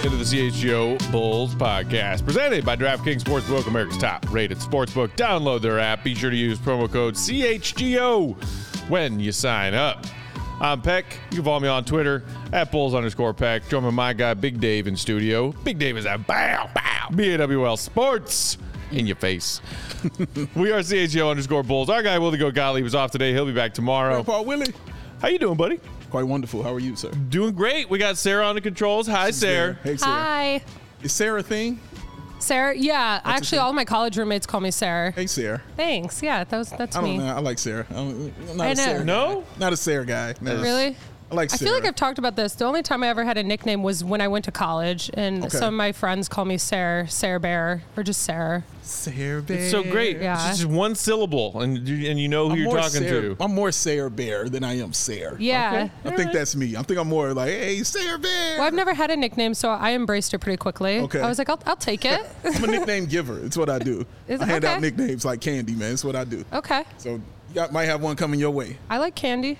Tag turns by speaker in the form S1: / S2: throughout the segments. S1: CHGO Bulls podcast, presented by DraftKings Sportsbook, America's top rated sportsbook. Download their app. Be sure to use promo code CHGO when you sign up. I'm Peck. You can follow me on Twitter at Bulls underscore Peck. Join me, my guy, Big Dave, in studio. Big Dave is at Bow Bow BAWL Sports in your face. we are CHGO underscore Bulls. Our guy, Willie Go Gottlieb, was off today. He'll be back tomorrow.
S2: Paul Willie.
S1: How you doing, buddy?
S2: Quite wonderful. How are you, sir?
S1: Doing great. We got Sarah on the controls. Hi, Sarah.
S2: Hey, Sarah.
S3: Hi,
S2: Is Sarah a thing?
S3: Sarah. Yeah, actually,
S2: name?
S3: all my college roommates call me Sarah.
S2: Hey, Sarah.
S3: Thanks. Yeah, that was, that's
S2: I don't
S3: me.
S2: know. I like Sarah. I'm I'm not
S3: I
S2: a
S3: know.
S2: Sarah.
S1: No?
S2: Not a Sarah guy. No.
S3: Really?
S2: I like
S3: I
S2: Sarah.
S3: feel like I've talked about this. The only time I ever had a nickname was when I went to college, and
S2: Okay.
S3: some of my friends call me Sarah, Sarah Bear, or just Sarah.
S2: Sarah Bear.
S1: It's so great.
S3: Mm-hmm. Yeah.
S1: It's just one syllable, and you, and you know who
S2: I'm
S1: you're
S2: more
S1: talking
S2: Sarah,
S1: to.
S2: I'm more Sarah Bear than I am Sarah.
S3: Yeah.
S2: I think that's me. I think I'm more like, hey, Sarah Bear.
S3: Well, I've never had a nickname, so I embraced it pretty quickly.
S2: Okay.
S3: I was like, I'll, I'll take it.
S2: I'm a nickname giver. It's what I do.
S3: Is-
S2: I hand out
S3: okay.
S2: nicknames like candy, man. It's what I do.
S3: okay.
S2: So you got- might have one coming your way.
S3: I like candy.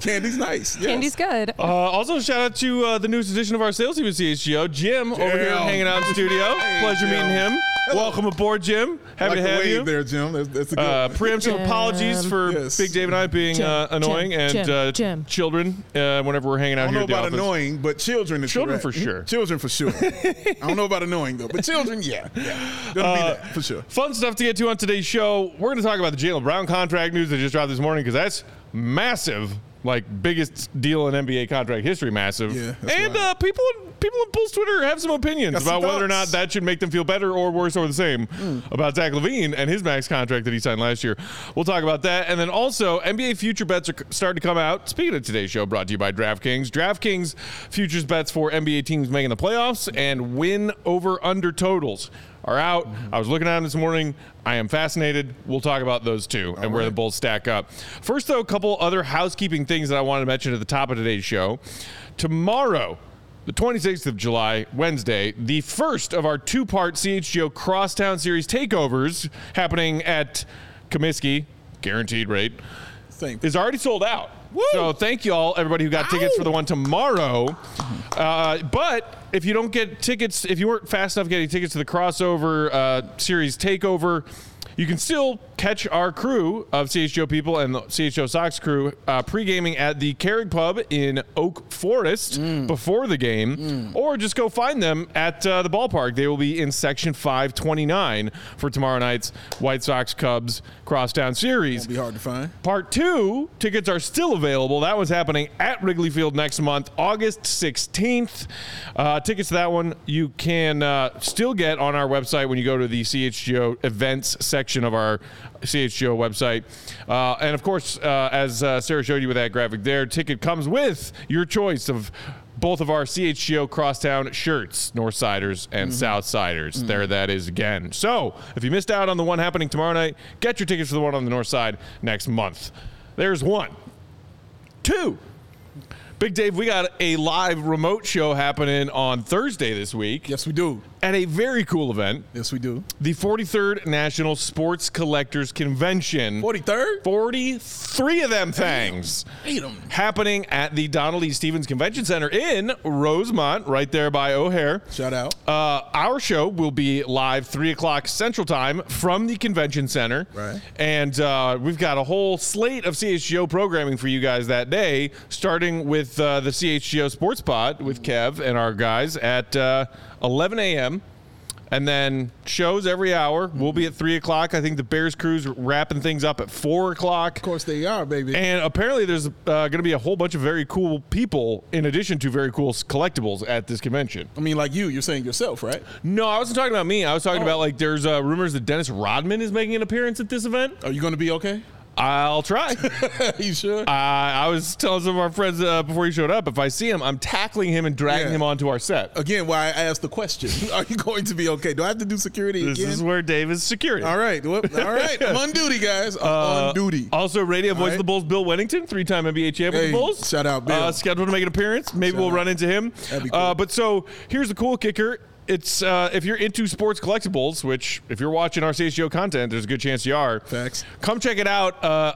S2: Candy's nice. Yes. Oh.
S3: Candy's good.
S1: Uh, also, shout out to uh, the newest edition of our sales team at CHGO, Jim, over here
S2: Jim.
S1: hanging out in studio. Pleasure
S2: Jim.
S1: meeting him. Welcome aboard, Jim.
S2: I
S1: Happy
S2: like
S1: to
S2: the
S1: have
S2: wave
S1: you.
S2: there, Jim. That's, that's a good
S1: Uh,
S2: one.
S1: preemptive
S3: Jim.
S1: apologies for
S2: Yes.
S1: Big Dave and I being
S3: Jim,
S1: uh, annoying
S3: Jim,
S1: and
S3: Jim,
S1: uh,
S3: Jim.
S1: children uh, whenever we're hanging out
S2: I don't
S1: here
S2: know
S1: at the
S2: about
S1: office.
S2: annoying, but children is
S1: Children
S2: correct.
S1: for sure.
S2: Children for sure. I don't know about annoying though, but children, yeah, yeah. Gonna
S1: Uh,
S2: be that for sure.
S1: Fun stuff to get to on today's show. We're going to talk about the Jalen Brown contract news that just dropped this morning because that's massive, like biggest deal in NBA contract history, massive.
S2: Yeah, that's
S1: and
S2: wild.
S1: uh, people, in- people in Bulls Twitter have some opinions
S2: Got some
S1: about whether or not
S2: thoughts.
S1: that should make them feel better or worse or the same about Zach Levine and his max contract that he signed last year. We'll talk about that, and then also NBA future bets are c- starting to come out. Speaking of today's show, brought to you by DraftKings. DraftKings futures bets for NBA teams making the playoffs and win over under totals are out. I was looking at them this morning. I am fascinated. We'll talk about those too and where the Bulls stack up. First, though, a couple other housekeeping things that I wanted to mention at the top of today's show. Tomorrow, the 26th of July, Wednesday, the first of our two part CHGO Crosstown Series takeovers happening at Comiskey, guaranteed rate,
S2: Thank
S1: is already sold out. So thank you all, everybody who got tickets for the one tomorrow. Uh, but if you don't get tickets, if you weren't fast enough getting tickets to the crossover uh, series takeover, you can still catch our crew of CHGO people and the CHGO Sox crew uh, pre-gaming at the Carrig Pub in Oak Forest before the game, or just go find them at uh, the ballpark. They will be in section 529 for tomorrow night's White Sox Cubs crosstown series.
S2: Be hard to find.
S1: Part two tickets are still available. That one's happening at Wrigley Field next month, August 16th. Uh, tickets to that one you can uh, still get on our website when you go to the CHGO events section of our CHGO website. Uh, and of course, uh, as uh, Sarah showed you with that graphic there, ticket comes with your choice of both of our CHGO Crosstown shirts, Northsiders and Southsiders. There that is again. So if you missed out on the one happening tomorrow night, get your tickets for the one on the north side next month. There's one. Two. Big Dave, we got a live remote show happening on Thursday this week
S2: Yes, we do.
S1: at a very cool event,
S2: Yes, we do.
S1: the 43rd National Sports Collectors Convention.
S2: Forty third.
S1: 43 of them things
S2: Beat 'em.
S1: happening at the Donald E. Stevens Convention Center in Rosemont, right there by O'Hare.
S2: Shout out.
S1: Uh, our show will be live three o'clock Central Time from the Convention Center,
S2: Right.
S1: And uh, we've got a whole slate of CHGO programming for you guys that day, starting with uh, the CHGO Sports Pod with Kev and our guys at uh, 11 a.m. And then shows every hour. We'll be at three o'clock. I think the Bears crew's wrapping things up at four o'clock.
S2: Of course they are, baby.
S1: And apparently, there's uh, going to be a whole bunch of very cool people, in addition to very cool s- collectibles at this convention.
S2: I mean, like you, you're saying yourself, right?
S1: No, I wasn't talking about me. I was talking about like there's uh, rumors that Dennis Rodman is making an appearance at this event.
S2: Are you gonna be okay?
S1: I'll try. uh,
S2: you sure?
S1: I was telling some of our friends uh, before he showed up, if I see him, I'm tackling him and dragging
S2: Yeah.
S1: him onto our set.
S2: again, why I asked the question. Are you going to be okay? Do I have to do security
S1: This
S2: again?
S1: is where Dave is security.
S2: all right. Well, all right. I'm on duty, guys. I'm
S1: Uh,
S2: on duty.
S1: Also, radio voice of
S2: right.
S1: the Bulls, Bill Wennington, three-time NBA champ with
S2: Hey,
S1: the Bulls.
S2: shout out, Bill.
S1: Uh, scheduled to make an appearance. Maybe we'll
S2: out.
S1: run into him.
S2: That'd be
S1: Uh,
S2: cool.
S1: but so here's the cool kicker. It's uh, if you're into sports collectibles, which if you're watching our CHGO content, there's a good chance you are.
S2: Facts.
S1: Come check it out. Uh,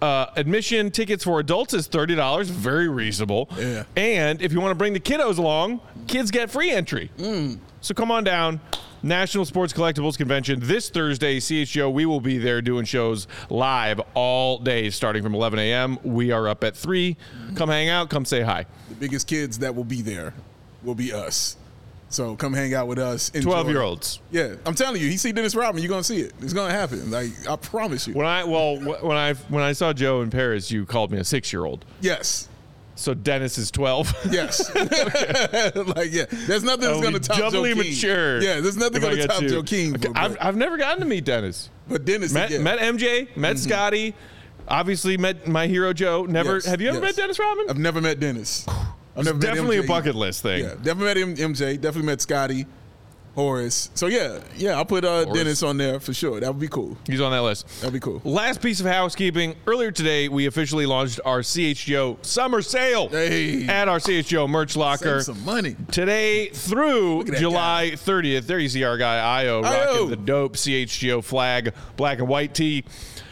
S1: Uh, admission tickets for adults is thirty dollars, very reasonable.
S2: Yeah.
S1: And if you want to bring the kiddos along, kids get free entry. So come on down. National Sports Collectibles Convention this Thursday, CHGO. We will be there doing shows live all day starting from 11 a.m. We are up at 3. Come hang out, come say hi.
S2: The biggest kids that will be there will be us. So come hang out with us. Enjoy.
S1: 12 year olds.
S2: Yeah, I'm telling you, he see Dennis Rodman, you're gonna see it. It's gonna happen. Like I promise you.
S1: When I well wh- when I when I saw Joe in Paris, you called me a 6-year-old.
S2: yes.
S1: So Dennis is 12.
S2: Yes. like yeah. There's nothing
S1: I'll
S2: that's
S1: be
S2: gonna top
S1: Oh, doubly
S2: Joe King.
S1: mature.
S2: Yeah, there's nothing
S1: if I
S2: gonna
S1: get
S2: top
S1: you.
S2: Joe King.
S1: Okay,
S2: But,
S1: I've, I've never gotten to meet Dennis.
S2: but Dennis
S1: Met,
S2: yeah. Mm-hmm.
S1: met MJ, met Scotty, obviously met my hero Joe. Never
S2: Yes,
S1: have you ever
S2: yes.
S1: met Dennis Rodman?
S2: I've never met Dennis. I've never met
S1: Definitely a
S2: MJ.
S1: bucket list thing.
S2: Yeah, definitely met him, MJ. Definitely met Scotty, Horace. So yeah, yeah, I'll put uh, Dennis on there for sure. That would be cool.
S1: He's on that list.
S2: That'd be cool.
S1: Last piece of housekeeping. Earlier today, we officially launched our CHGO summer sale
S2: Hey.
S1: at our CHGO merch locker.
S2: Save some money.
S1: Today through
S2: at that
S1: July 30th, there you see our guy Io
S2: Io.
S1: rocking the dope CHGO flag, black and white tee.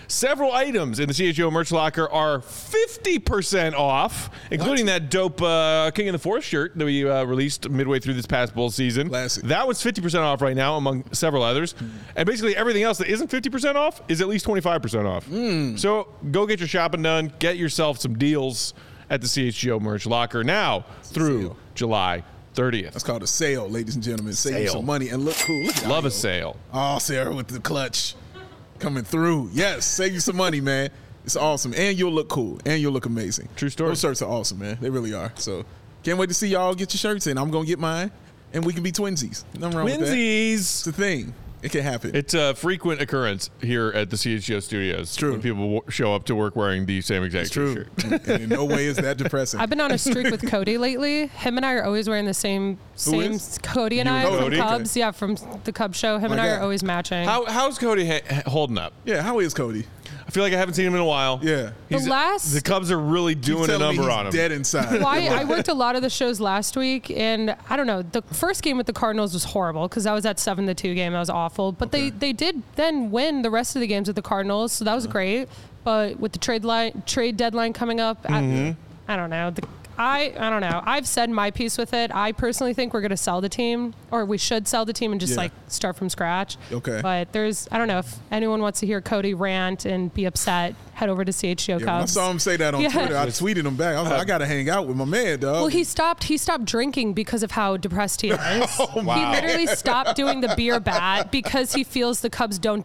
S1: Several items in the CHGO merch locker are 50% off, including that dope uh, King of the Forest shirt that we uh, released midway through this past bowl season.
S2: Classic. Mm.
S1: That one's 50% off right now, among several others. And basically, everything else that isn't 50% off is at least 25% off.
S2: Mm.
S1: So go get your shopping done, get yourself some deals at the CHGO merch locker now through
S2: sale.
S1: July 30th.
S2: It's called a sale, ladies and gentlemen. Save
S1: Sale.
S2: some money and look cool. Look at
S1: Love
S2: Io.
S1: a sale.
S2: Oh, Sarah with the clutch coming through. Yes, save you some money, man. It's awesome. And you'll look cool. And you'll look amazing.
S1: True story.
S2: Those shirts are awesome, man. They really are. So can't wait to see y'all get your shirts in. I'm going to get mine. And we can be twinsies. Nothing wrong with that. It's
S1: Twinsies.
S2: a thing. It can happen.
S1: It's a frequent occurrence here at the CHGO studios.
S2: true.
S1: When people wo- show up to work wearing the same exact
S2: True.
S1: shirt.
S2: and in no way is that depressing.
S3: I've been on a streak with Cody lately. Him and I are always wearing the same same
S2: is?
S3: Cody and
S1: You
S3: I
S1: and
S3: from
S1: Cody?
S3: Cubs. Yeah, from the Cubs show. Him and I
S2: God.
S3: are always matching.
S1: How, how's Cody ha- holding up?
S2: yeah, how is Cody?
S1: I feel like I haven't seen him in a while.
S2: Yeah.
S3: The last-
S1: the Cubs are really doing a
S2: Telling me
S1: number
S2: he's
S1: on him.
S2: dead inside.
S3: Why I worked a lot of the shows last week, and I don't know. The first game with the Cardinals was horrible because I was at seven to two game. That was awful. But they they did then win the rest of the games with the Cardinals, so that was great. But with the trade line trade deadline coming up,
S2: Mm-hmm.
S3: I, I don't know. The, I I don't know. I've said my piece with it. I personally think we're going to sell the team, or we should sell the team and just
S2: Yeah.
S3: like start from scratch.
S2: Okay.
S3: But there's I don't know if anyone wants to hear Cody rant and be upset. Head over to CHGO
S2: Yeah, when I
S3: Cubs.
S2: saw him say that on
S3: Yeah.
S2: Twitter. I tweeted him back. I was like, I got to hang out with my man, dog.
S3: Well, he stopped. He stopped drinking because of how depressed he is.
S1: wow.
S3: He literally stopped doing the beer bat because he feels the Cubs don't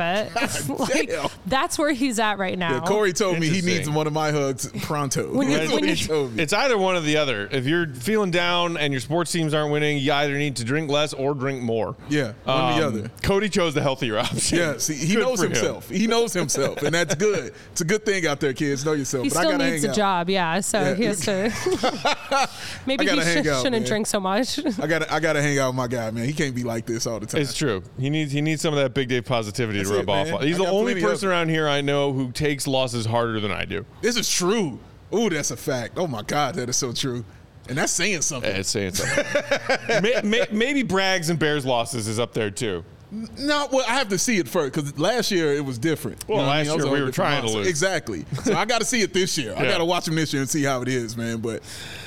S3: it. like,
S2: Damn.
S3: that's where he's at right now.
S2: Yeah, Corey told me he
S1: Interesting.
S2: needs one of my hugs pronto.
S3: When you-
S2: That's
S3: when
S2: what he
S3: you-
S2: told me.
S1: It's either one or the other. If you're feeling down and your sports teams aren't winning, you either need to drink less or drink more.
S2: Yeah, one or the
S1: Um,
S2: other.
S1: Cody chose the healthier option.
S2: Yeah, see, he
S1: Good
S2: knows
S1: for him.
S2: himself. He knows himself, and that's good. It's a good thing out there, kids. Know yourself.
S3: he
S2: but I
S3: still
S2: gotta
S3: needs
S2: hang
S3: a
S2: out.
S3: job, yeah. So
S2: Yeah.
S3: he has to. Maybe he
S2: gotta hang
S3: should,
S2: out,
S3: shouldn't
S2: man.
S3: drink so much.
S2: I gotta, I gotta hang out with my guy, man. He can't be like this all the time.
S1: It's true. He needs he needs some of that big Dave positivity
S2: That's
S1: to rub
S2: it, man.
S1: off. He's
S2: I
S1: the
S2: got
S1: only
S2: plenty of
S1: person
S2: it.
S1: around here I know who takes losses harder than I do.
S2: this is true. Ooh, that's a fact. Oh my God, that is so true. And that's saying something.
S1: It's saying something. May- may- maybe Brags and Bears losses is up there too.
S2: No, well, I have to see it first because last year it was different.
S1: Well,
S2: what
S1: last
S2: That was
S1: year
S2: a
S1: we
S2: whole
S1: were
S2: different
S1: trying to
S2: mindset.
S1: lose.
S2: Exactly. So I got to see it this year. I
S1: Yeah.
S2: got to watch him this year and see how it is, man. But,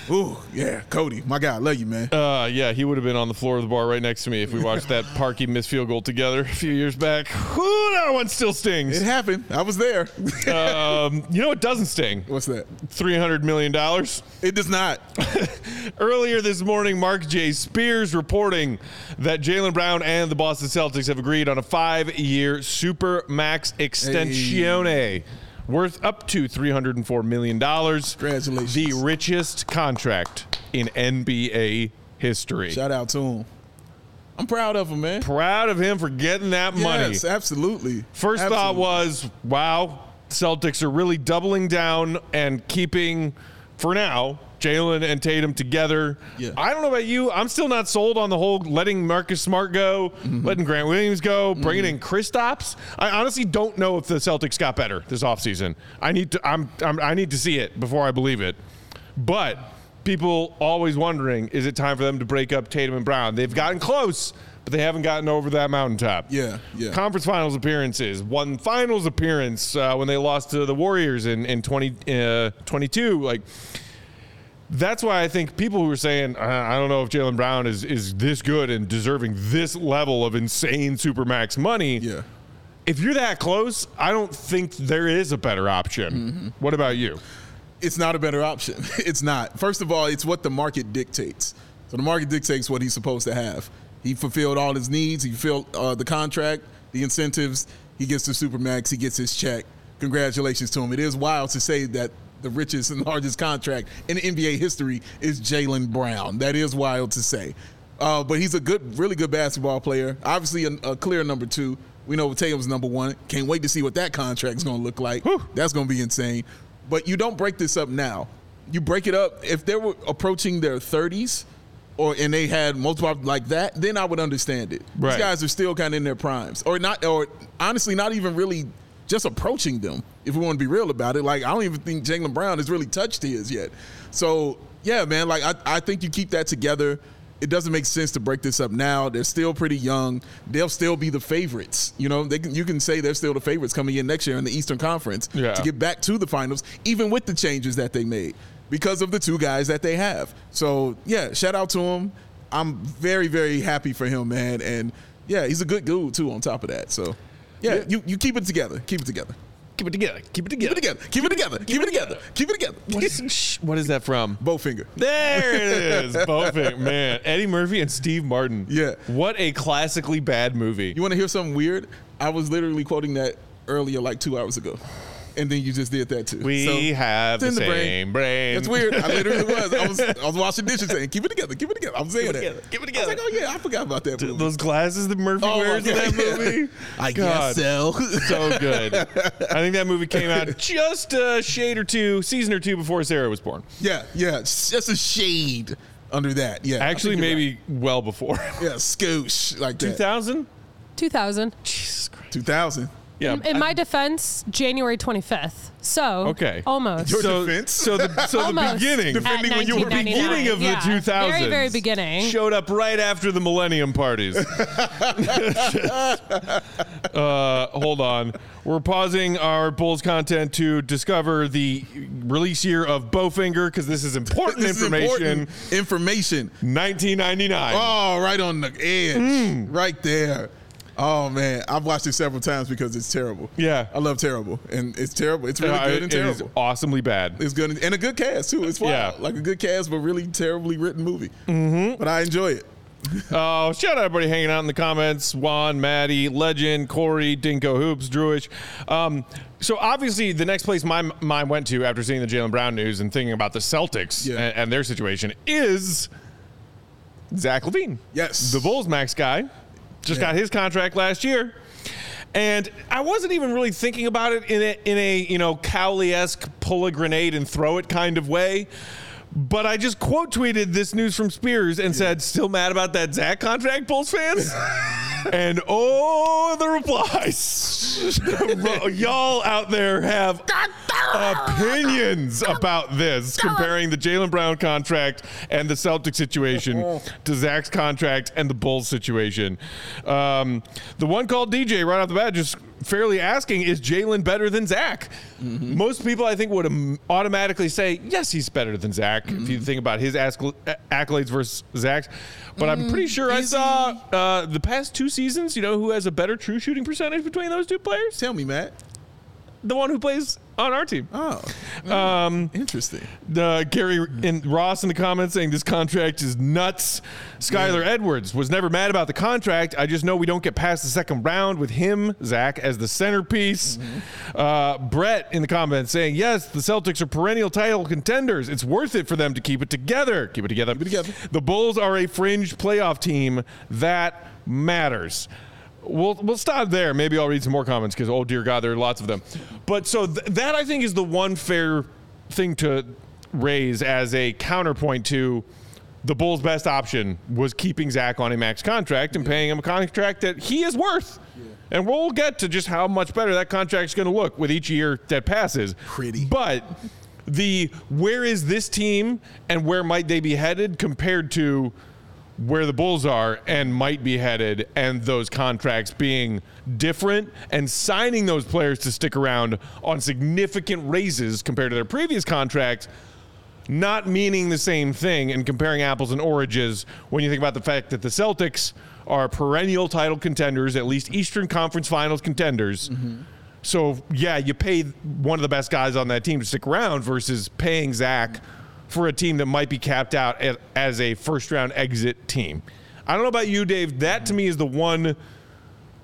S2: ooh, yeah, Cody, my guy, love you, man.
S1: Uh, yeah, he would have been on the floor of the bar right next to me if we watched that Parky missed field goal together a few years back. Ooh, that one still stings.
S2: It happened. I was there.
S1: Um, you know what doesn't sting?
S2: What's that?
S1: Three hundred million dollars.
S2: It does not.
S1: Earlier this morning, Mark J. Spears reporting that Jalen Brown and the Boston Celtics have agreed on a five-year super max extensione worth up to three hundred and four million dollars.
S2: Congratulations.
S1: The richest contract in NBA history.
S2: Shout out to him. I'm proud of him, man.
S1: Proud of him for getting that money.
S2: Yes, absolutely.
S1: First thought
S2: Absolutely.
S1: was, wow, Celtics are really doubling down and keeping, for now, Jalen and Tatum together.
S2: Yeah.
S1: I don't know about you. I'm still not sold on the whole letting Marcus Smart go,
S2: Mm-hmm.
S1: letting Grant Williams go, bringing in Kristaps. I honestly don't know if the Celtics got better this offseason. I need to. I'm, I'm. I need to see it before I believe it. But people always wondering, is it time for them to break up Tatum and Brown? They've gotten close, but they haven't gotten over that mountaintop.
S2: Yeah, yeah.
S1: Conference finals appearances, one finals appearance uh, when they lost to the Warriors in, in 20, uh, 22. Like, that's why I think people who are saying, "Uh, I I don't know if Jalen Brown is, is this good and deserving this level of insane supermax money.
S2: Yeah.
S1: If you're that close, I don't think there is a better option.
S2: Mm-hmm.
S1: What about you?
S2: It's not a better option. It's not. First of all, it's what the market dictates. So the market dictates what he's supposed to have. He fulfilled all his needs. He fulfilled uh, the contract, the incentives. He gets the supermax. He gets his check. Congratulations to him. It is wild to say that the richest and largest contract in NBA history is Jalen Brown. That is wild to say. Uh, but he's a good, really good basketball player. Obviously, a, a clear number two. We know Tatum's number one. Can't wait to see what that contract's going to look like. That's going to be insane. But you don't break this up now. You break it up if they were approaching their 30s, or and they had multiple like that. Then I would understand it.
S1: Right.
S2: These guys are still kind of in their primes, or not, or honestly, not even really just approaching them. If we want to be real about it, like I don't even think Jalen Brown has really touched his yet. So yeah, man, like I, I think you keep that together it doesn't make sense to break this up now. They're still pretty young. They'll still be the favorites. You know, they can, you can say they're still the favorites coming in next year in the Eastern Conference
S1: Yeah.
S2: to get back to the finals, even with the changes that they made because of the two guys that they have. So yeah, shout out to him. I'm very very happy for him, man. And yeah, he's a good dude too. On top of that, so yeah,
S1: Yeah.
S2: you you keep it together. Keep it together.
S1: Keep it together. Keep it
S2: Keep it together. Keep it together. Keep it together. Keep it together.
S1: What is, shh, what is that from?
S2: Bowfinger.
S1: There it is. Perfect, man. Eddie Murphy and Steve Martin.
S2: Yeah.
S1: What a classically bad movie.
S2: You want to hear something weird? I was literally quoting that earlier, like two hours ago, and then you just did that too.
S1: we
S2: So,
S1: have
S2: it's
S1: the
S2: in the brain.
S1: same brain.
S2: That's weird. I literally was. I was. I was washing dishes saying, "Keep it together, keep it together." I'm saying
S1: it
S2: that.
S1: together, keep it
S2: I was
S1: together.
S2: like, "Oh yeah, I forgot about that." Movie.
S1: Those glasses that Murphy
S2: Oh, my
S1: wears in
S2: God,
S1: that
S2: yeah.
S1: movie.
S2: I
S1: God,
S2: guess so.
S1: So good. I think that movie came out just a shade or two, season or two before Sarah was born.
S2: yeah, yeah. it's Just a shade under that. Yeah. I
S1: Actually,
S2: think you're
S1: maybe well before.
S2: right. Yeah, scoosh like that.
S1: 2000?
S3: 2000.
S1: Jesus Christ.
S2: Two thousand.
S1: Yeah.
S3: In my defense, January 25th. So
S1: Okay.
S3: almost.
S2: Your
S1: so,
S2: defense?
S1: so the, so the
S3: Almost.
S1: beginning.
S3: At
S2: Defending when you were
S3: 1999,
S1: beginning of
S3: yeah.
S1: the 2000s.
S3: Very, very beginning.
S1: Showed up right after the millennium parties. uh, hold on. We're pausing our Bulls content to discover the release year of Bowfinger because this is important
S2: This is
S1: information.
S2: important information.
S1: 1999.
S2: Oh, right on the edge,
S1: Mm.
S2: right there. Oh man, I've watched it several times because it's terrible.
S1: Yeah.
S2: I love terrible, and it's terrible. It's Oh, really
S1: Uh,
S2: good and
S1: it is
S2: terrible.
S1: awesomely bad.
S2: It's good and a good cast too. It's wild,
S1: Yeah.
S2: like a good cast, but really terribly written movie. Mm-hmm. But I enjoy it.
S1: Oh, shout out everybody hanging out in the comments. Juan, Maddie, Legend, Corey, Dinko Hoops, Drewish. Um, so obviously the next place my mind went to after seeing the Jalen Brown news and thinking about the Celtics
S2: Yeah.
S1: and, and their situation is Zach Levine.
S2: Yes.
S1: The Bulls max guy. Just
S2: Yeah.
S1: got his contract last year. And I wasn't even really thinking about it in a, in a you know, Cowley-esque pull a grenade and throw it kind of way. But I just quote tweeted this news from Spears and said, still mad about that Zach contract, Bulls fans? and oh, the replies. Y'all out there have opinions about this, comparing the Jalen Brown contract and the Celtic
S2: Uh-huh.
S1: situation to Zach's contract and the Bulls situation. Um, the one called DJ right off the bat just fairly asking, is Jalen better than Zach? Most people, I think, would am- automatically say, yes, he's better than Zach if you think about his acc- accolades versus Zach's. But I'm pretty sure I saw uh, the past two seasons, you know, who has a better true shooting percentage between those two players?
S2: Tell me, Matt.
S1: The one who plays on our team.
S2: Oh,
S1: Um,
S2: interesting.
S1: Uh, Gary and Ross in the comments saying this contract is nuts. Skylar Edwards was never mad about the contract. I just know we don't get past the second round with him, Zach, as the centerpiece.
S2: Mm-hmm.
S1: Uh, Brett in the comments saying, yes, the Celtics are perennial title contenders. It's worth it for them to keep it together. Keep it together. Keep
S2: it together.
S1: The Bulls are a fringe playoff team. That matters. We'll, we'll stop there. Maybe I'll read some more comments because, oh, dear God, there are lots of them. But so th- that, I think, is the one fair thing to raise as a counterpoint to the Bulls' best option was keeping Zach on a max contract and paying him a contract that he is worth. And we'll get to just how much better that contract's going to look with each year that passes.
S2: Pretty.
S1: But the where is this team and where might they be headed compared to where the Bulls are and might be headed, and those contracts being different, and signing those players to stick around on significant raises compared to their previous contracts, not meaning the same thing, and comparing apples and oranges when you think about the fact that the Celtics are perennial title contenders, at least Eastern Conference Finals contenders. So yeah, you pay one of the best guys on that team to stick around versus paying Zach for a team that might be capped out a- as a first round exit team. I don't know about you, Dave. That to me is the one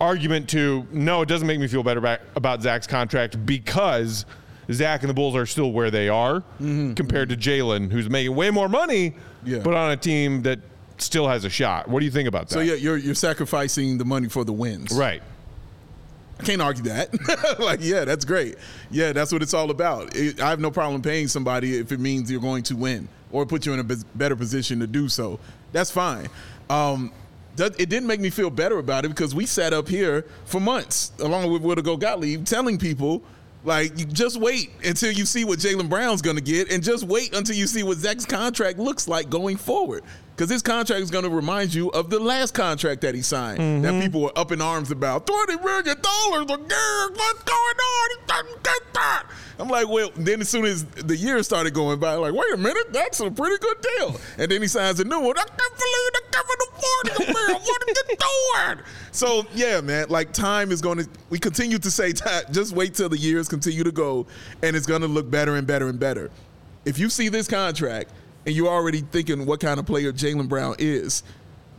S1: argument to no, it doesn't make me feel better back about Zach's contract because Zach and the Bulls are still where they are compared to Jalen, who's making way more money,
S2: Mm-hmm. Yeah.
S1: but on a team that still has a shot. What do you think about that?
S2: So yeah, you're you're sacrificing the money for the wins.
S1: Right.
S2: I can't argue that. like, yeah, that's great. Yeah, that's what it's all about. It, I have no problem paying somebody if it means you're going to win or put you in a bes- better position to do so. That's fine. Um, that, it didn't make me feel better about it because we sat up here for months, along with Will Go Gottlieb, telling people. Like you just wait until you see what Jalen Brown's gonna get, and just wait until you see what Zach's contract looks like going forward. Because this contract is gonna remind you of the last contract that he signed that people were up in arms about. Twenty million dollars a year, what's going on? He doesn't get that. I'm like, well, then as soon as the year started going by, like, wait a minute, that's a pretty good deal. And then he signs a new one. I can't believe they're giving him forty a year. What are you doing? So yeah, man, like time is gonna we continue to say time, just wait till the years continue to go and it's gonna look better and better and better. If you see this contract and you're already thinking what kind of player Jalen Brown is,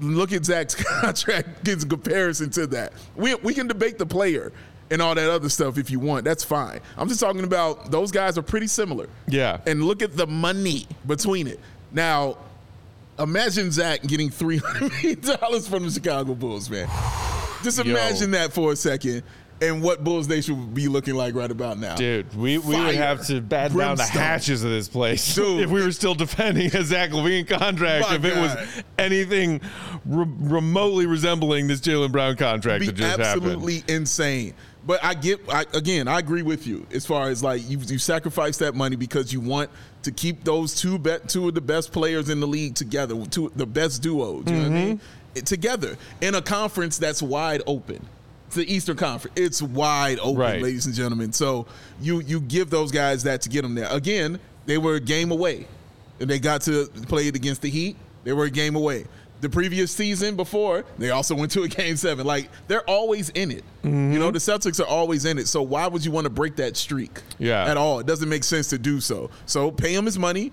S2: look at Zach's contract gives a comparison to that. We we can debate the player and all that other stuff if you want. That's fine. I'm just talking about those guys are pretty similar.
S1: Yeah.
S2: And look at the money between it. Now, imagine Zach getting three hundred million dollars from the Chicago Bulls, man. Just
S1: Yo.
S2: imagine that for a second, and what Bulls Nation would be looking like right about now.
S1: Dude, we, we
S2: Fire.
S1: would have to bat down the
S2: Brimstone.
S1: hatches of this place
S2: Dude.
S1: if we were still defending a Zach Levine contract.
S2: My
S1: if it
S2: God.
S1: was anything re- remotely resembling this Jalen Brown contract that
S2: be
S1: just happened.
S2: absolutely insane. But I get, I, again, I agree with you as far as like you, you sacrifice that money because you want to keep those two be, two of the best players in the league together, two the best duo, do you know what I mean?
S1: Mm-hmm.
S2: It- Together in a conference that's wide open. It's the Eastern Conference. It's wide open,
S1: Right.
S2: ladies and gentlemen. So you you give those guys that to get them there. Again, they were a game away. And they got to play it against the Heat. They were a game away. The previous season before, they also went to a game seven. Like they're always in it. You know, the Celtics are always in it. So why would you want to break that streak?
S1: Yeah.
S2: At all. It doesn't make sense to do so. So pay him his money.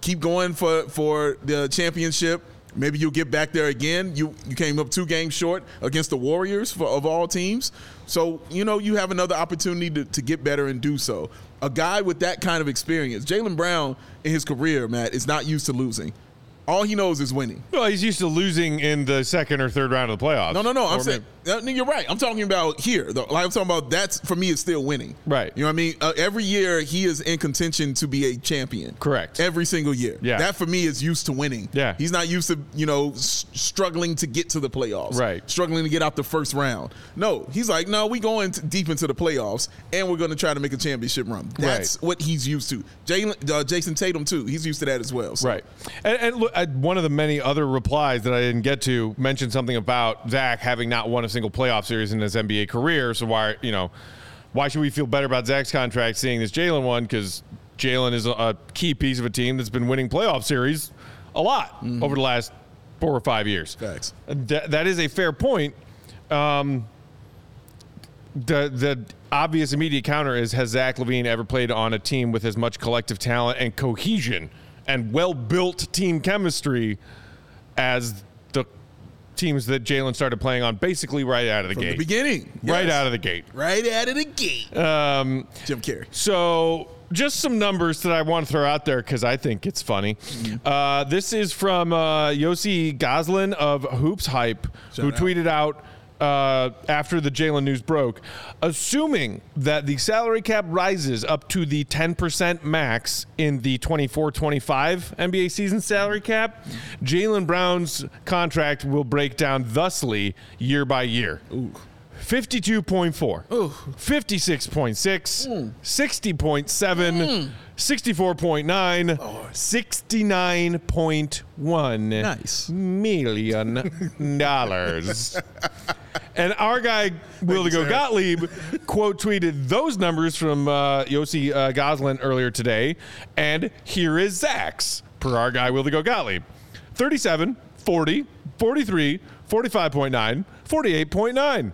S2: Keep going for for the championship. Maybe you'll get back there again. You you came up two games short against the Warriors for, of all teams. So, you know, you have another opportunity to, to get better and do so. A guy with that kind of experience, Jalen Brown in his career, Matt, is not used to losing. All he knows is winning.
S1: Well, he's used to losing in the second or third round of the playoffs.
S2: No, no, no. I'm
S1: Or
S2: saying uh, no, you're right. I'm talking about here. Though. Like I'm talking about that's for me is still winning.
S1: Right.
S2: You know what I mean? Uh, every year he is in contention to be a champion.
S1: Correct.
S2: Every single year.
S1: Yeah.
S2: That for me is used to winning.
S1: Yeah.
S2: He's not used to you know s- struggling to get to the playoffs.
S1: Right.
S2: Struggling to get out the first round. No, he's like, no, we going t- deep into the playoffs and we're going to try to make a championship run. That's what he's used to. Jalen, uh, Jason Tatum too. He's used to that as well. So
S1: Right. And, and look, I, one of the many other replies that I didn't get to mentioned something about Zach having not won a single playoff series in his NBA career. So why, you know, why should we feel better about Zach's contract seeing this Jalen one? Because Jalen is a, a key piece of a team that's been winning playoff series a lot over the last four or five years.
S2: Facts.
S1: That, that is a fair point. Um, the the obvious immediate counter is has Zach Levine ever played on a team with as much collective talent and cohesion and well built team chemistry as the teams that Jalen started playing on basically right out of the
S2: From the
S1: gate.
S2: beginning.
S1: Right
S2: Yes.
S1: out of the gate.
S2: Right out of the gate. Jim Carrey.
S1: So, just some numbers that I want to throw out there because I think it's funny.
S2: Mm-hmm.
S1: Uh, this is from uh, Yossi Goslin of Hoops Hype, who
S2: Shout out.
S1: tweeted out uh, after the Jalen news broke Assuming that the salary cap rises up to the 10% max in the 24 25 NBA season salary cap,
S2: Mm-hmm.
S1: Jalen Brown's contract will break down thusly year by year.
S2: Ooh.
S1: 52.4, 56.6,
S2: Hmm.
S1: 60.7, 64.9,
S2: Oh.
S1: 69.1
S2: Nice.
S1: million dollars. And our guy, Will the Go
S2: sir.
S1: Gottlieb, quote tweeted those numbers from uh, Yossi uh, Goslin earlier today. And here is Zach's, per our guy, Will the Go Gottlieb 37, 40, 43, 45.9, 48.9.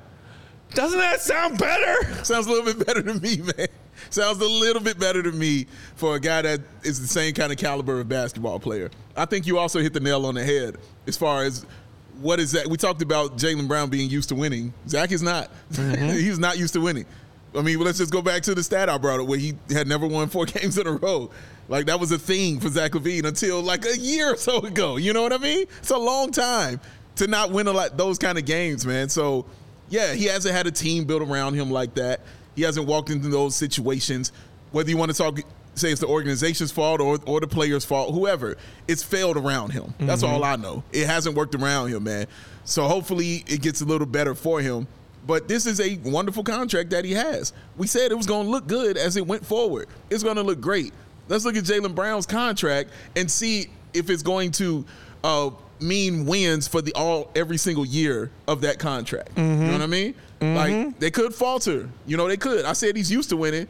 S1: Doesn't that sound better?
S2: Sounds a little bit better to me, man. Sounds a little bit better to me for a guy that is the same kind of caliber of basketball player. I think you also hit the nail on the head as far as what is that. We talked about Jalen Brown being used to winning. Zach is not. He's not used to winning. I mean, let's just go back to the stat I brought up where he had never won four games in a row. Like that was a thing for Zach Levine until like a year or so ago. You know what I mean? It's a long time to not win a lot those kind of games, man. So yeah, he hasn't had a team built around him like that. He hasn't walked into those situations. Whether you want to talk, say it's the organization's fault or, or the player's fault, whoever, it's failed around him. That's all I know. It hasn't worked around him, man. So hopefully it gets a little better for him. But this is a wonderful contract that he has. We said it was going to look good as it went forward. It's going to look great. Let's look at Jalen Brown's contract and see if it's going to uh, mean wins for the all every single year of that contract. You know what I mean? Like they could falter. You know they could. I said he's used to winning,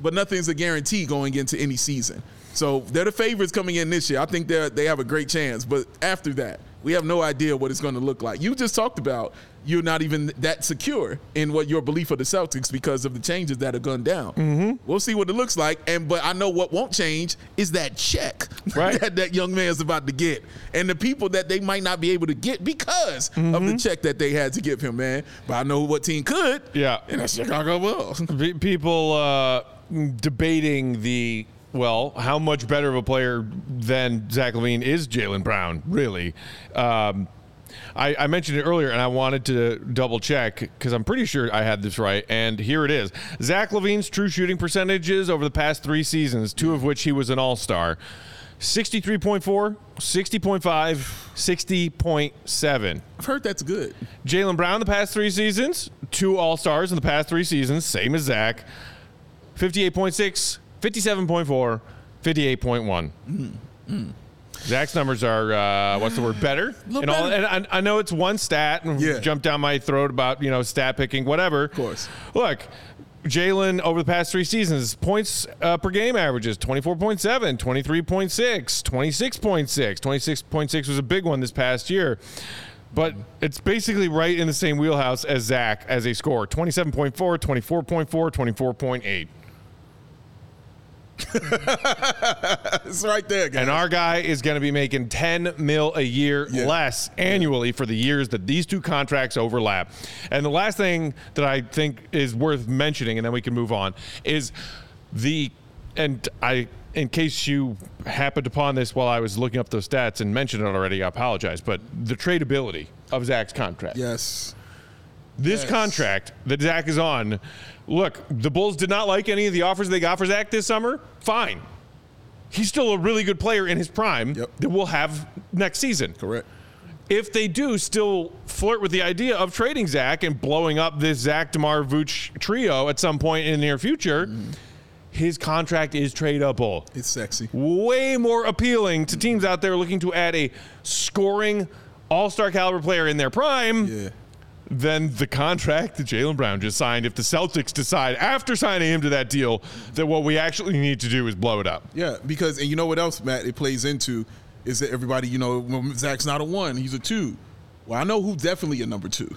S2: but nothing's a guarantee going into any season. So they're the favorites coming in this year. I think they they have a great chance. But after that, we have no idea what it's going to look like. You just talked about you're not even that secure in what your belief of the Celtics because of the changes that have gone down. We'll see what it looks like. And but I know what won't change is that check
S1: Right.
S2: that that young man's about to get, and the people that they might not be able to get because of the check that they had to give him, man. But I know what team could.
S1: Yeah.
S2: and that's Chicago Bulls.
S1: Pe- people uh, debating the well, how much better of a player than Zach Levine is Jalen Brown? Really, um, I, I mentioned it earlier, and I wanted to double check because I'm pretty sure I had this right. And here it is: Zach Levine's true shooting percentages over the past three seasons, two of which he was an All Star. 63.4, 60.5, 60.7.
S2: I've heard that's good.
S1: Jalen Brown the past three seasons, two All Stars in the past three seasons, same as Zach. 58.6, 57.4, 58.1. Mm-hmm. Zach's numbers are, uh, what's the word, better?
S2: Little
S1: and, all,
S2: better.
S1: and I, I know it's one stat and
S2: Yeah.
S1: jumped down my throat about, you know, stat picking, whatever. Of
S2: course.
S1: Look. Jalen, over the past three seasons, points uh, per game averages 24.7, 23.6, 26.6. 26.6 was a big one this past year. But it's basically right in the same wheelhouse as Zach as a scorer 27.4, 24.4, 24.8.
S2: It's right there, guys.
S1: And our guy is going to be making 10 mil a year
S2: Yeah.
S1: less annually for the years that these two contracts overlap. And the last thing that I think is worth mentioning, and then we can move on, is the, and I, in case you happened upon this while I was looking up those stats and mentioned it already, I apologize, but the tradability of Zach's contract.
S2: yes,
S1: This
S2: Yes.
S1: contract that Zach is on, look, the Bulls did not like any of the offers they got for Zach this summer. Fine. He's still a really good player in his prime
S2: Yep.
S1: that we'll have next season.
S2: correct.
S1: If they do still flirt with the idea of trading Zach and blowing up this Zach DeMar Vooch trio at some point in the near future, his contract is tradable
S2: It's sexy.
S1: way more appealing to teams out there looking to add a scoring all-star caliber player in their prime
S2: Yeah.
S1: than the contract that Jalen Brown just signed if the Celtics decide after signing him to that deal that what we actually need to do is blow it up.
S2: Yeah, because and you know what else, Matt? It plays into is that everybody you know well, Zach's not a one, he's a two. Well, I know who's definitely a number two,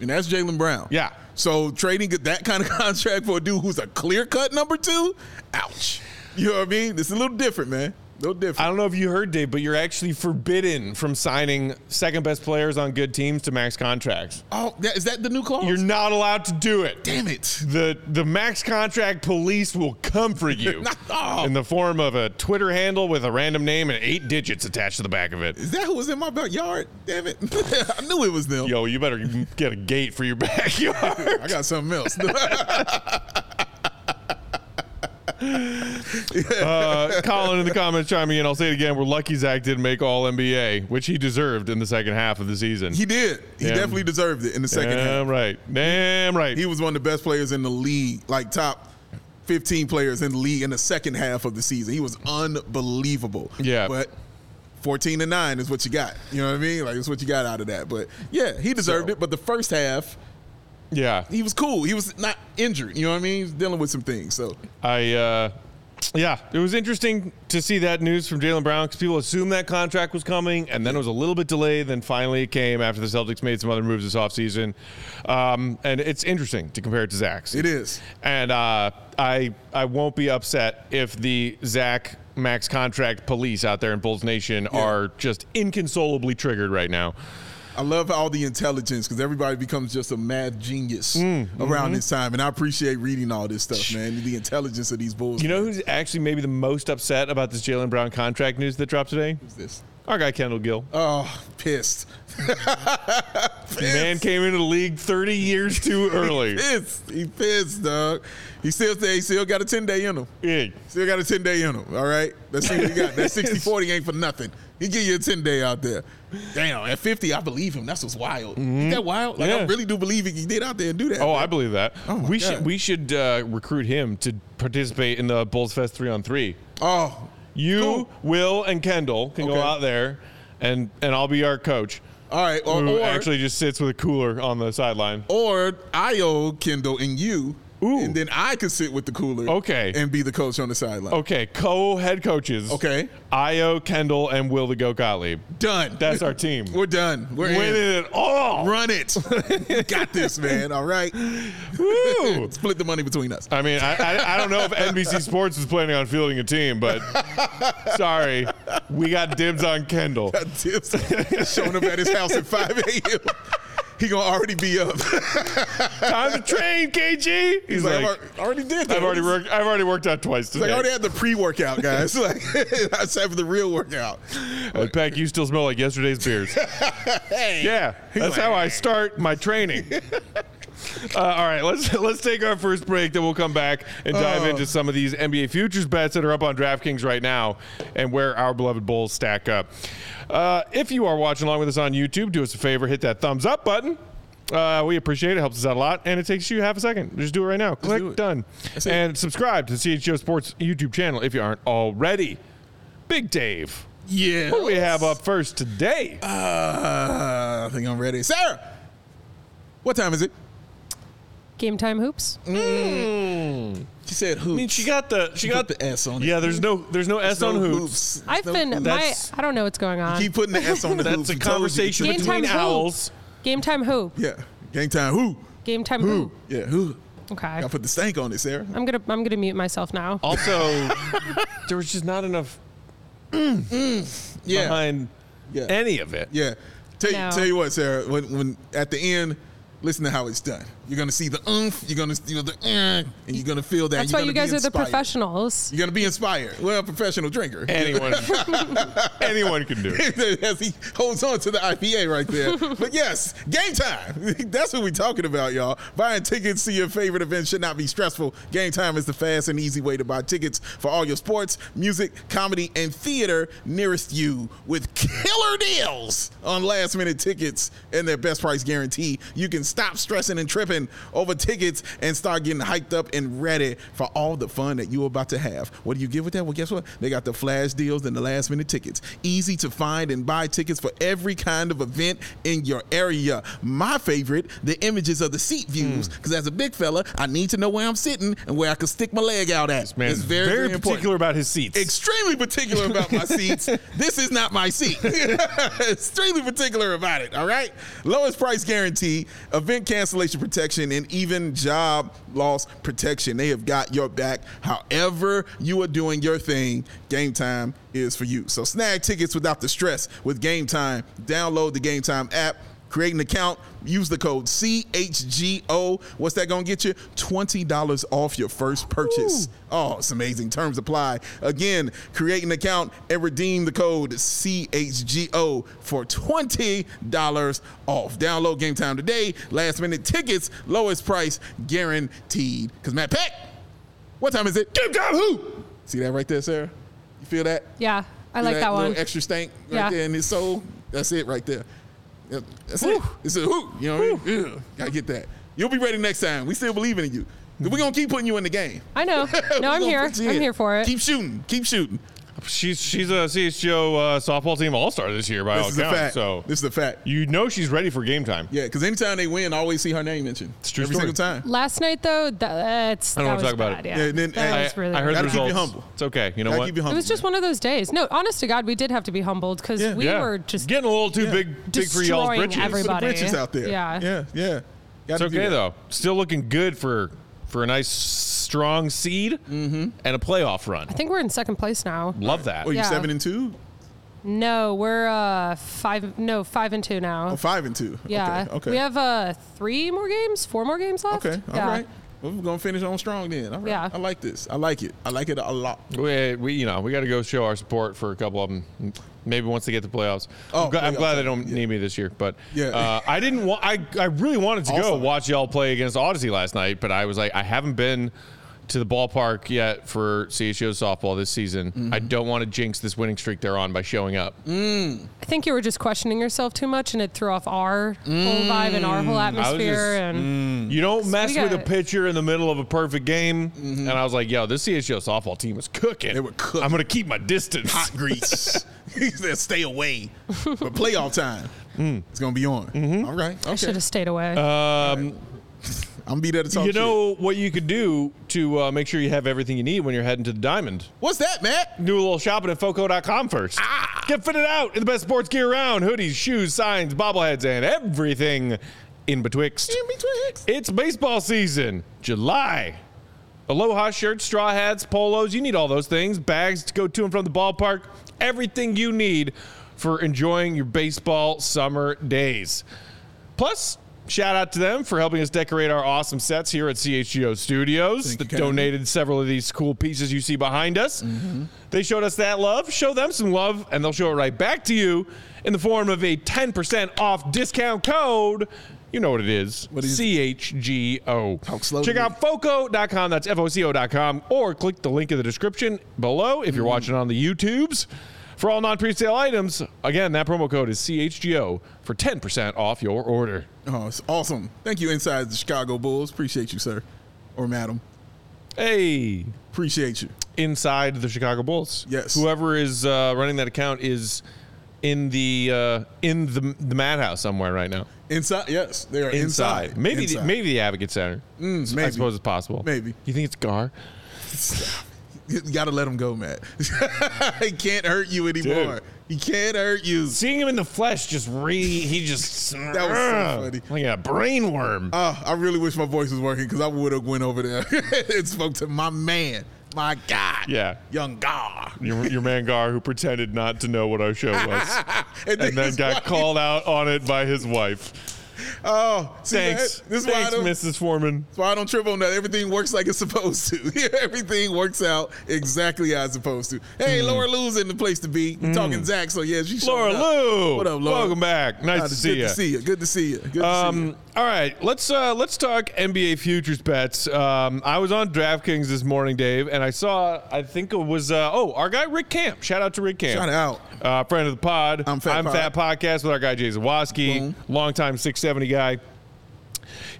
S2: and that's Jalen Brown.
S1: Yeah.
S2: So trading that kind of contract for a dude who's a clear cut number two, ouch. You know what I mean? It's a little different, man. A little different.
S1: I don't know if you heard, Dave, but you're actually forbidden from signing second best players on good teams to max contracts.
S2: oh, that, is that the new clause?
S1: You're not allowed to do it.
S2: Damn it.
S1: The the max contract police will come for you
S2: Oh.
S1: in the form of a Twitter handle with a random name and eight digits attached to the back of it.
S2: Is that who was in my backyard? Damn it. I knew it was them.
S1: Yo, you better get a gate for your backyard.
S2: I got something else.
S1: Uh, Colin in the comments chiming in. I'll say it again. We're lucky Zach didn't make All NBA, which he deserved in the second half of the season.
S2: He did. He
S1: Yeah.
S2: definitely deserved it in the second half.
S1: Damn right. Damn right.
S2: He was one of the best players in the league, like top 15 players in the league in the second half of the season. He was unbelievable.
S1: Yeah.
S2: But 14 to 9 is what you got. You know what I mean? Like, it's what you got out of that. But yeah, he deserved
S1: So-
S2: it. But the first half,
S1: yeah.
S2: he was cool. He was not injured. You know what I mean? He was dealing with some things. So
S1: I uh, yeah, it was interesting to see that news from Jalen Brown because people assumed that contract was coming, and then it was a little bit delayed. Then finally, it came after the Celtics made some other moves this offseason. Um, and it's interesting to compare it to Zach's.
S2: it is.
S1: and uh, I I won't be upset if the Zach Max contract police out there in Bulls Nation are just inconsolably triggered right now.
S2: I love all the intelligence because everybody becomes just a mad genius
S1: Mm, mm-hmm.
S2: around this time. And I appreciate reading all this stuff, man. The intelligence of these Bulls.
S1: You know who's actually maybe the most upset about this Jalen Brown contract news that dropped today?
S2: Who's this?
S1: Our guy Kendall Gill.
S2: Oh, pissed.
S1: Man came into the league 30 years too early.
S2: pissed. He pissed, dog. He still say he still got a 10 day in him.
S1: Yeah.
S2: Still got a 10 day in him. All right. Let's see what he got. That 60 40 ain't for nothing. He give you a 10 day out there. Damn, at 50, I believe him. That's what's wild. Ain't that wild? Like, I
S1: Mm-hmm. Yeah.
S2: really do believe he did out there and do that.
S1: Oh, I believe that.
S2: my
S1: we
S2: God.
S1: should we should uh, recruit him to participate in the Bulls Fest three on three.
S2: oh,
S1: You,
S2: Cool.
S1: Will, and Kendall can go
S2: Okay.
S1: out there, and and I'll be our coach,
S2: all right. Or,
S1: who
S2: or,
S1: Mm, actually just sits with a cooler on the sideline.
S2: or I owe Kendall and you.
S1: Ooh.
S2: And then I could sit with the cooler.
S1: Okay. Oh,
S2: And be the coach on the sideline.
S1: Okay, co head coaches.
S2: Okay.
S1: Io, Kendall, and Will the Go Gottlieb.
S2: Done.
S1: That's our team.
S2: We're done. We're in.
S1: Winning it all.
S2: Run it. We got this, man. All right.
S1: Woo!
S2: Split the money between us.
S1: I mean, I, I, I don't know if NBC Sports is planning on fielding a team, but sorry, we got dibs on Kendall.
S2: got tips showing up at his house at 5 a.m. He gonna already be up.
S1: Time to train, KG. He's,
S2: He's
S1: like,
S2: like, I've al- already did that.
S1: I've already worked. I've already worked out twice
S2: Like, I
S1: today.
S2: already had the pre-workout, guys. Like, I was having the real workout.
S1: Like, Peck, you still smell like yesterday's beers. Yeah, that's how I start my training. Uh, all right, let's let's take our first break. Then we'll come back and dive
S2: Oh.
S1: into some of these NBA futures bets that are up on DraftKings right now and where our beloved Bulls stack up. Uh, if you are watching along with us on YouTube, do us a favor, hit that thumbs up button. Uh, we appreciate it. Helps us out a lot, and it takes you half a second. Just do it right now. Click
S2: do it.
S1: done,
S2: That's it.
S1: and subscribe to the CHGO Sports YouTube channel if you aren't already. Big Dave,
S2: Yeah.
S1: what do we have up first today?
S2: Uh, I think I'm ready. Sarah, what time is it?
S3: Game time hoops.
S2: Mm, She said who?
S1: I mean, she got the she
S2: She
S1: got
S2: put the S on it.
S1: Yeah, there's no there's no S on hoops.
S3: I've been my
S1: That's-
S3: I don't know what's going on.
S2: Keep putting the S on the hoops.
S1: That's a
S2: We told you.
S1: conversation
S3: Game
S1: between
S3: time hoop.
S1: owls.
S3: Game time hoop.
S2: Yeah. Game time. Who?
S3: Game time hoop.
S2: Yeah. Who?
S3: Okay.
S2: I put the stank on it, Sarah.
S3: I'm gonna I'm gonna mute myself now.
S1: Also, there was just not enough
S2: Yeah.
S1: behind
S2: Yeah.
S1: any of it.
S2: Yeah. Tell,
S3: No.
S2: you, tell you what, Sarah. When, when at the end, listen to how it's done. You're gonna see the oomph. You're gonna feel the uh, and you're gonna feel that.
S3: That's
S2: you're
S3: why
S2: gonna
S3: you
S2: be
S3: guys are the
S2: inspired.
S3: professionals.
S2: You're gonna be inspired. Well, a professional drinker.
S1: Anyone, anyone can do it.
S2: As he holds on to the IPA right there. but yes, game time. That's what we're talking about, y'all. Buying tickets to your favorite event should not be stressful. Game time is the fast and easy way to buy tickets for all your sports, music, comedy, and theater nearest you with killer deals on last minute tickets and their best price guarantee. You can stop stressing and tripping over tickets and start getting hyped up and ready for all the fun that you're about to have. What do you get with that? Well, guess what? They got the flash deals and the last minute tickets. Easy to find and buy tickets for every kind of event in your area. My favorite, the images of the seat views, because as a big fella, I need to know where I'm sitting and where I can stick my leg out at.
S1: Man,
S2: it's very, very
S1: particular
S2: important
S1: about his seats.
S2: extremely particular about my seats. This is not my seat. extremely particular about it. All right. Lowest price guarantee, event cancellation protection, and even job loss protection. They have got your back. However, you are doing your thing. Game time is for you. So snag tickets without the stress with Game Time. Download the Game Time app. Create an account, use the code CHGO. What's that gonna get you? $20 off your first purchase. Oh, it's amazing. Terms apply. Again, create an account and redeem the code CHGO for $20 off. Download game time today. Last minute tickets, lowest price guaranteed. Because Matt Peck What time is it? Game time. Who? See that right there, Sarah? You feel that?
S3: Yeah, I like
S2: that,
S3: that
S2: little
S3: one.
S2: extra stank right
S3: Yeah.
S2: there in his soul. That's it right there. Yep, That's it. It's a who. You know what I mean? Ugh, gotta get that. You'll be ready next time. We still believe in you. We're gonna keep putting you in the game.
S3: I know.
S2: We're
S3: No, I'm
S2: gonna
S3: here.
S2: put you
S3: I'm
S2: in.
S3: here for it.
S2: Keep shooting. Keep shooting.
S1: She's she's a CHGO uh, softball team all star this year by
S2: This
S1: all
S2: is a
S1: accounts.
S2: fact.
S1: Oh, So
S2: This is a fact.
S1: you know she's ready for game time.
S2: Yeah, because anytime they win, I always see her name mentioned.
S1: It's a true
S2: Every
S1: story.
S2: single time.
S3: Last night though, that's
S1: I don't
S3: that
S1: wanna
S3: was
S1: talk about
S3: bad,
S1: it.
S3: Yeah,
S2: Yeah, and then-
S3: that
S2: and
S3: was really.
S1: I heard
S3: bad.
S1: the
S2: Gotta keep you
S1: results.
S2: humble.
S1: It's okay. You know
S2: Gotta
S1: what?
S2: keep you
S3: It
S2: humble.
S3: was just
S2: man.
S3: one of those days. No, honest to God, we did have to be humbled because
S2: Yeah.
S3: we
S1: yeah.
S3: were just
S1: getting a little too big, big for y'all's
S3: destroying
S1: britches.
S3: everybody.
S2: For the
S3: buddy.
S2: britches out there.
S3: Yeah.
S2: Yeah. Yeah.
S1: It's
S2: Gotta do
S1: okay
S2: that.
S1: though. Still looking good for for a nice strong seed and a playoff run.
S3: I think we're in second place now.
S1: Love that.
S2: Mm-hmm. Well, Oh, you
S3: Yeah.
S2: seven and two?
S3: No, we're uh five. No, five and two now.
S2: Oh, five and two.
S3: yeah,
S2: Okay. okay.
S3: we have uh three more games, four more games left.
S2: Okay. all
S3: yeah.
S2: right. Well, we're gonna finish on strong then. All right.
S3: Yeah.
S2: I like this. I like it. I like it a lot.
S1: We, we you know we got to go show our support for a couple of them. Maybe once they get the playoffs.
S2: Oh,
S1: I'm, gl- I'm
S2: playoffs,
S1: glad they don't
S2: yeah.
S1: need me this year. But
S2: Yeah.
S1: uh, I didn't. Wa- I I really wanted to go
S2: All-star.
S1: watch y'all play against Odyssey last night, but I was like, I haven't been to the ballpark yet for CHO softball this season.
S2: Mm-hmm.
S1: I don't want to jinx this winning streak they're on by showing up.
S3: I think you were just questioning yourself too much, and it threw off our whole vibe and our
S2: Mm.
S3: whole atmosphere. and
S1: You don't mess
S3: we
S1: with a
S3: got-
S1: pitcher in the middle of a perfect game. And I was like, yo, this CHO softball team is cooking.
S2: Mm-hmm. They were cooking.
S1: I'm going to keep my distance.
S2: Hot grease. he said, "Stay away." Mm. Mm-hmm. But playoff time, it's gonna be on. All right.
S3: I should
S2: Okay.
S3: have stayed away.
S2: I'm gonna be there to talk.
S1: you
S2: shit.
S1: know what you could do to uh, make sure you have everything you need when you're heading to the diamond?
S2: what's that, Matt?
S1: Do a little shopping at Foco.com first.
S2: Ah.
S1: Get fitted out in the best sports gear around hoodies, shoes, signs, bobbleheads, and everything in betwixt. It's baseball season, July. Aloha shirts, straw hats, polos, you need all those things. Bags to go to and from the ballpark, everything you need for enjoying your baseball summer days. Plus, shout out to them for helping us decorate our awesome sets here at CHGO Studios
S2: Thank you
S1: that
S2: kindly.
S1: donated several of these cool pieces you see behind us.
S2: Mm-hmm.
S1: They showed us that love. Show them some love, and they'll show it right back to you in the form of a 10% off discount code. You know what it is.
S2: What is it?
S1: CHGO.
S2: Talk slow to
S1: Check
S2: me.
S1: out foco.com. That's F O C O.com. Or click the link in the description below if you're
S2: Mm-hmm.
S1: watching on the YouTubes. For all non pre sale items, again, that promo code is CHGO for 10% off your order.
S2: Oh, it's awesome. Thank you, inside the Chicago Bulls. Appreciate you, sir, or madam.
S1: Hey,
S2: Appreciate you.
S1: inside the Chicago Bulls.
S2: Yes.
S1: Whoever is uh, running that account is in the uh, in the, the madhouse somewhere right now.
S2: Inside, yes, they are inside.
S1: Maybe The,
S2: Inside.
S1: maybe the Advocate Center.
S2: Mm,
S1: I
S2: maybe.
S1: suppose it's possible.
S2: Maybe.
S1: You think it's Gar?
S2: You gotta let him go, Matt. he can't hurt you anymore.
S1: Dude.
S2: He can't hurt you.
S1: Seeing him in the flesh just re he just that
S2: was so funny.
S1: Like a brain worm.
S2: Oh, I really wish my voice was working because I would have went over there and spoke to my man, my God,
S1: Yeah.
S2: young God.
S1: your, your man Gar who pretended not to know what our show was
S2: And
S1: and then
S2: his
S1: got
S2: wife-
S1: called out on it by his wife.
S2: Oh, see
S1: Thanks.
S2: that? This is why I
S1: Thanks,
S2: don't-
S1: Mrs. Foreman.
S2: That's why I don't trip on that. Everything works like it's supposed to. Everything works out exactly as it's supposed to. Hey, Laura Lou's in the place to be. You're Talking Zach, so yeah, she's
S1: Hmm. Laura Lou.
S2: What up, Laura?
S1: Welcome back. Nice
S2: Good
S1: to see you.
S2: to see you. Good to see you. Good to see you.
S1: Um, all right, let's uh, let's talk NBA futures bets. Um, I was on DraftKings this morning, Dave, and I saw I think it was uh, oh our guy Rick Camp. Shout out to Rick Camp.
S2: Shout out.
S1: uh, friend of the pod.
S2: I'm Fat Pod.
S1: Podcast with our guy Jay Zawoski,
S2: Boom.
S1: longtime 670 guy.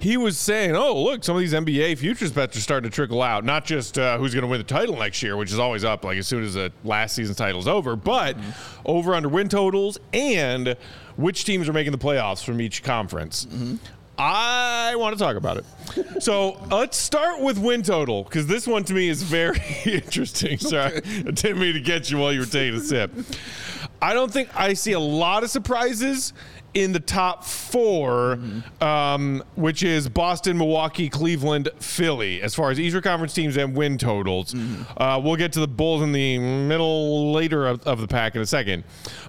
S1: He was saying, "Oh, look, some of these NBA futures bets are starting to trickle out. Not just uh, who's going to win the title next year, which is always up, like as soon as the last season's title's over, but
S2: Mm-hmm.
S1: over under win totals and which teams are making the playoffs from each conference."
S2: Mm-hmm.
S1: I want to talk about it. So let's start with win total because this one to me is very interesting. Sorry, I didn't mean to get you while you were taking a sip. I don't think I see a lot of surprises in the top 4 um, which is Boston, Milwaukee, Cleveland, Philly, as far as Eastern Conference teams and win totals. Uh, we'll get to the Bulls in the middle later of, of the pack in a second.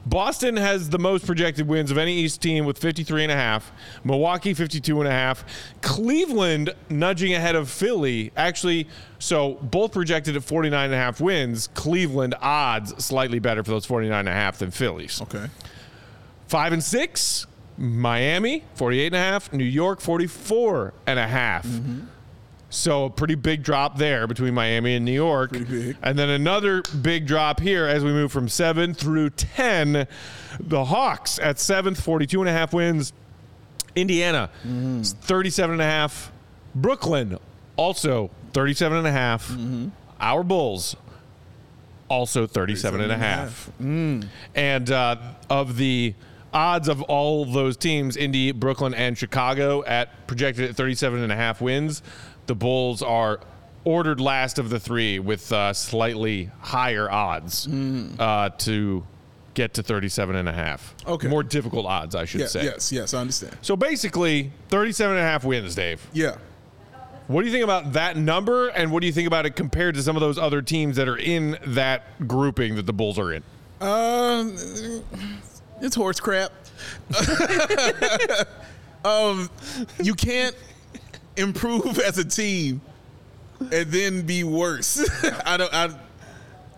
S1: Boston has the most projected wins of any East team with 53 and a half. Milwaukee 52 and a half. Cleveland nudging ahead of Philly. Actually, so both projected at 49 and a half wins. Cleveland odds slightly better for those 49 and a half than Philly's.
S2: Okay.
S1: Five and six, Miami 48 and a half, New York 44 and a half. So a pretty big drop there between Miami and New York.
S2: Pretty big.
S1: And then another big drop here as we move from seven through 10. The Hawks at seventh, 42 and a half wins. Indiana,
S2: Mm-hmm.
S1: 37 and a half. Brooklyn, also 37 and a half.
S2: Mm-hmm.
S1: Our Bulls, also 37 and a half. And uh, of the odds of all those teams, Indy, Brooklyn, and Chicago, at projected at 37 and a half wins, the Bulls are ordered last of the three with uh, slightly higher odds uh, to get to 37 and a half.
S2: Okay.
S1: More difficult odds, I should
S2: Yeah,
S1: say.
S2: yes, yes, I understand.
S1: So basically, 37 and a half wins, Dave.
S2: Yeah.
S1: What do you think about that number, and what do you think about it compared to some of those other teams that are in that grouping that the Bulls are in?
S2: Um, it's horse crap. um, you can't improve as a team and then be worse. I don't. I,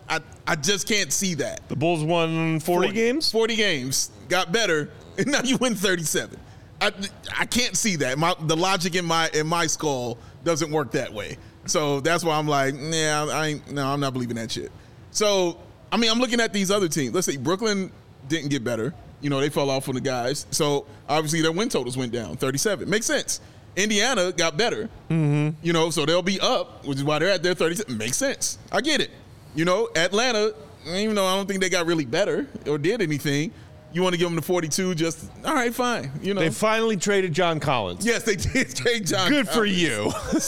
S2: I, I just can't see that.
S1: The Bulls won 40, games.
S2: Forty games got better, and now you win thirty-seven. I, I can't see that. My the logic in my in my skull doesn't work that way. So that's why I'm like, nah, I ain't. No, I'm not believing that shit. So I mean, I'm looking at these other teams. Let's see, Brooklyn didn't get better. You know, they fell off on the guys. So obviously their win totals went down, thirty-seven. Makes sense. Indiana got better. You know, so they'll be up, which is why they're at their 37. Makes sense. I get it. You know, Atlanta, even though I don't think they got really better or did anything, you want to give them the 42, just, all right, fine. You know,
S1: They finally traded John Collins.
S2: yes, they did trade John.
S1: Good for
S2: Collins.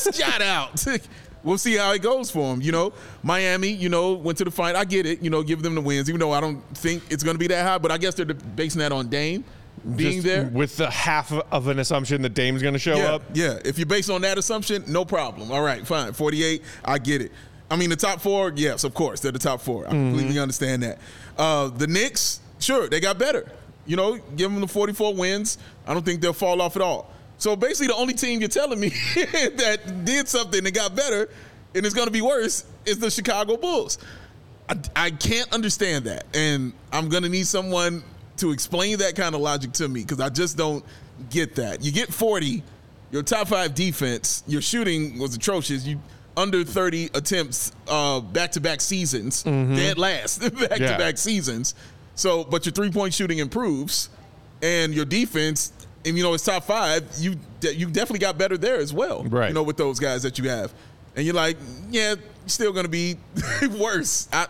S1: you.
S2: Shout out. We'll see how it goes for them. You know, Miami, you know, went to the fight. I get it. You know, give them the wins, even though I don't think it's going to be that high, but I guess they're basing that on Dame being
S1: Just
S2: there.
S1: with the half of an assumption that Dame's going to show
S2: yeah,
S1: up.
S2: Yeah, if you're based on that assumption, no problem. All right, fine. 48, I get it. I mean, the top four, yes, of course, they're the top four. I
S1: Mm-hmm.
S2: completely understand that. Uh, the Knicks, sure, they got better. You know, give them the 44 wins. I don't think they'll fall off at all. So basically, the only team you're telling me that did something that got better and it's going to be worse is the Chicago Bulls. I, I can't understand that, and I'm gonna need someone to explain that kind of logic to me because I just don't get that. You get 40, your top five defense, your shooting was atrocious. You under 30 attempts uh, back-to-back seasons, dead last back-to-back seasons. So, but your three-point shooting improves, and your defense, and you know it's top five. You de- you definitely got better there as well,
S1: Right.
S2: You know with those guys that you have, and you're like, yeah, still gonna be worse. I,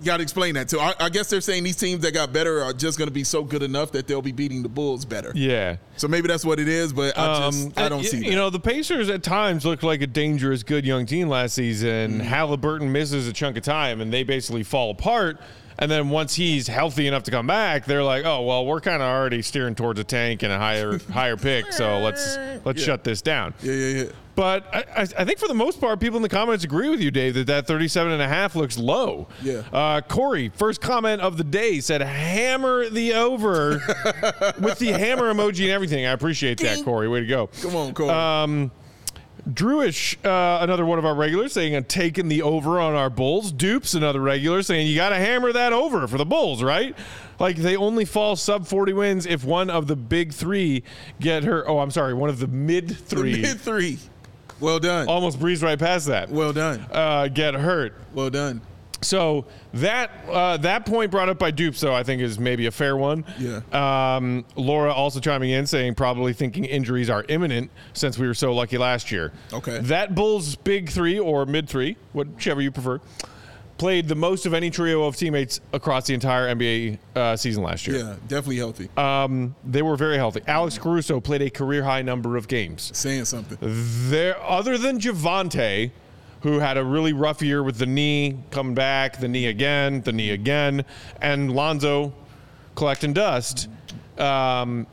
S2: you got to explain that too. I, I guess they're saying these teams that got better are just going to be so good enough that they'll be beating the Bulls better.
S1: Yeah.
S2: So maybe that's what it is, but I just
S1: Um,
S2: I don't
S1: y-
S2: see that.
S1: You know, the Pacers at times looked like a dangerous, good young team last
S2: Mm.
S1: season. Halliburton misses a chunk of time, and they basically fall apart. And then once he's healthy enough to come back, they're like, "Oh well, we're kind of already steering towards a tank and a higher higher pick, so let's let's
S2: Yeah.
S1: shut this down."
S2: yeah, yeah, yeah.
S1: But I, I I think for the most part, people in the comments agree with you, Dave, that that 37 and a half looks low.
S2: Yeah.
S1: Uh, Corey, first comment of the day said, hammer the over with the hammer emoji and everything. I appreciate that, Corey. Way to go.
S2: Come on, Cole.
S1: Drewish, uh, another one of our regulars, saying, I'm taking the over on our Bulls. Dupes, another regular, saying, you got to hammer that over for the Bulls, right? Like, they only fall sub 40 wins if one of the big three get her. Oh, I'm sorry, one of the mid three.
S2: Mid three. Well done.
S1: Almost breezed right past that
S2: well done.
S1: uh, get hurt.
S2: Well done.
S1: So that uh, that point brought up by Dupes, though, I think is maybe a fair one.
S2: Yeah.
S1: Um, Laura also chiming in saying probably thinking injuries are imminent since we were so lucky last year.
S2: Okay.
S1: That Bulls big three or mid three, whichever you prefer, played the most of any trio of teammates across the entire NBA uh, season last year.
S2: Yeah, definitely healthy.
S1: Um, they were very healthy. Alex Caruso played a career high number of games
S2: Saying something.
S1: there other than Javante, who had a really rough year with the knee, coming back, the knee again, the knee again, and Lonzo collecting dust. Um,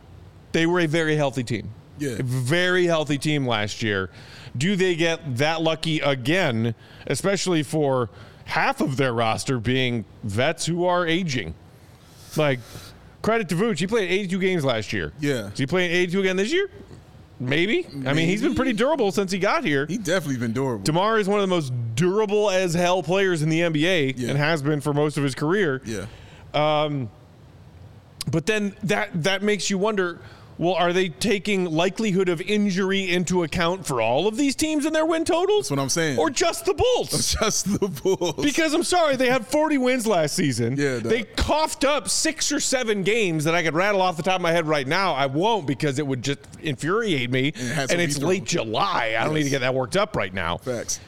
S1: they were a very healthy team.
S2: Yeah.
S1: A very healthy team last year. Do they get that lucky again, especially for half of their roster being vets who are aging? Like, credit to Vooch. He played 82 games last year.
S2: Yeah.
S1: Is he playing 82 again this year? Maybe. I mean, he's been pretty durable since he got here.
S2: He definitely been durable.
S1: Demar is one of the most durable as hell players in the NBA
S2: Yeah.
S1: and has been for most of his career.
S2: yeah.
S1: But then that that makes you wonder Well, are they taking likelihood of injury into account for all of these teams in their win totals?
S2: That's what I'm saying.
S1: Or just the Bulls?
S2: Just the Bulls.
S1: Because I'm sorry, they had 40 wins last season.
S2: Yeah, no.
S1: they coughed up six or seven games that I could rattle off the top of my head right now. I won't because it would just infuriate me.
S2: it
S1: And,
S2: has to be
S1: it's
S2: thrown.
S1: late July. I don't need to
S2: Yes.
S1: get that worked up right now.
S2: Facts.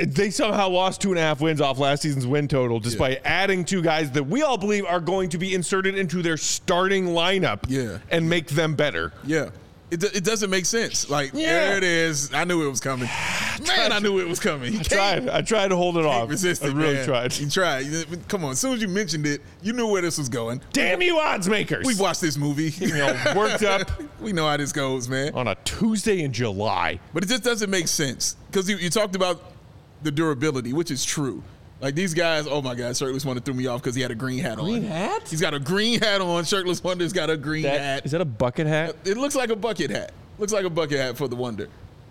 S1: They somehow lost two and a half wins off last season's win total, despite adding two guys that we all believe are going to be inserted into their starting lineup
S2: Yeah.
S1: and make them better.
S2: Yeah. It, do- it doesn't make sense. Like,
S1: Yeah.
S2: there it is. I knew it was coming. Man, I knew it was coming. You
S1: I
S2: can't
S1: tried. I tried to hold it off.
S2: resist
S1: I
S2: it,
S1: really
S2: man.
S1: tried.
S2: You tried. You- Come on. As soon as you mentioned it, you knew where this was going.
S1: Damn you, odds makers!
S2: We've watched this movie.
S1: you know, worked up
S2: we know how this goes, man.
S1: on a Tuesday in July.
S2: But it just doesn't make sense because you, you talked about the durability, which is true. Like these guys, oh my God, shirtless wonder threw me off because he had a green hat on.
S1: Green hat?
S2: He's got a green hat on. Shirtless wonder's got a green
S1: That,
S2: hat.
S1: is that a bucket hat?
S2: It looks like a bucket hat. Looks like a bucket hat for the wonder.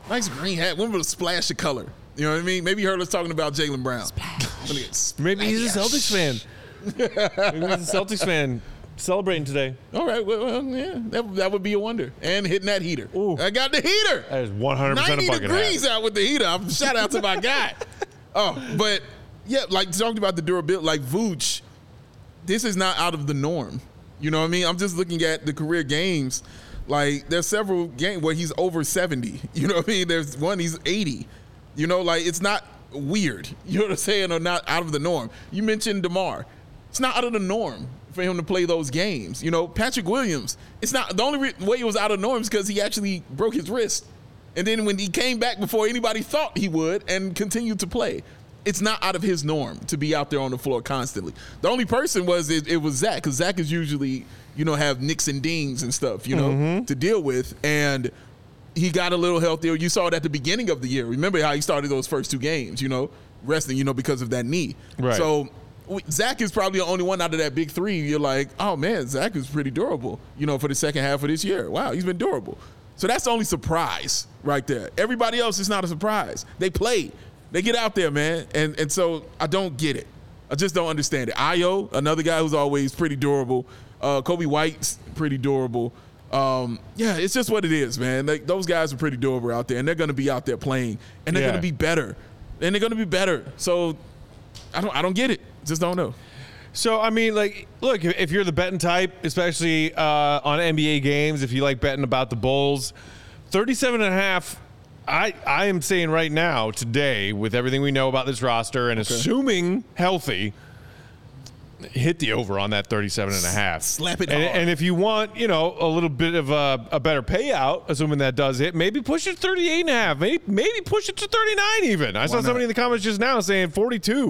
S2: Nice green hat. One with a splash of color. You know what I mean? Maybe you heard us talking about Jalen Brown. Look at this.
S1: Maybe he's a Celtics fan. Maybe he's a Celtics fan celebrating today.
S2: All right, well, well, yeah, that, that would be a wonder. And hitting that heater.
S1: Ooh.
S2: I got the heater.
S1: That is 100% a
S2: 90
S1: bucket
S2: degrees
S1: hat.
S2: out with the heater. I'm, shout out to my guy. Oh, but yeah, like talked about the durability, like Vooch, this is not out of the norm. You know what I mean? I'm just looking at the career games. Like there's several games where he's over 70. You know what I mean? There's one he's 80. You know, like it's not weird. You know what I'm saying? Or not out of the norm. You mentioned Demar. It's not out of the norm for him to play those games. You know, Patrick Williams. It's not the only re- way it was out of norm is because he actually broke his wrist. And then when he came back before anybody thought he would and continued to play. It's not out of his norm to be out there on the floor constantly. The only person was it, it was Zach because Zach is usually you know have nicks and dings and stuff you know to deal with, and he got a little healthier. You saw it at the beginning of the year. Remember how he started those first two games, you know, resting, you know, because of that knee.
S1: Right.
S2: So w- Zach is probably the only one out of that big three. You're like, oh man, Zach is pretty durable, you know, for the second half of this year. Wow, he's been durable. So that's the only surprise right there. Everybody else is not a surprise. They play, they get out there, man. And, and so I don't get it. I just don't understand it. Io, another guy who's always pretty durable. Uh, Kobe White's pretty durable. Um, yeah, it's just what it is, man. Like those guys are pretty durable out there, and they're going to be out there playing, and they're
S1: Yeah.
S2: going to be better, and they're going to be better. So I don't, I don't get it. Just don't know.
S1: So I mean, like, look, if if you're the betting type, especially uh, on NBA games, if you like betting about the Bulls, 37 and a half. I, I am saying right now, today, with everything we know about this roster and assuming healthy, hit the over on that 37 and a half.
S2: slap it
S1: and,
S2: hard.
S1: and if you want, you know, a little bit of a, a better payout, assuming that does hit, maybe push it to 38 and a half. Maybe, maybe push it to 39 even. I saw
S2: not?
S1: somebody in the comments just now saying 42,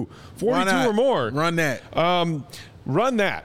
S1: 42
S2: Why not?
S1: or more.
S2: Run that.
S1: Um, run that.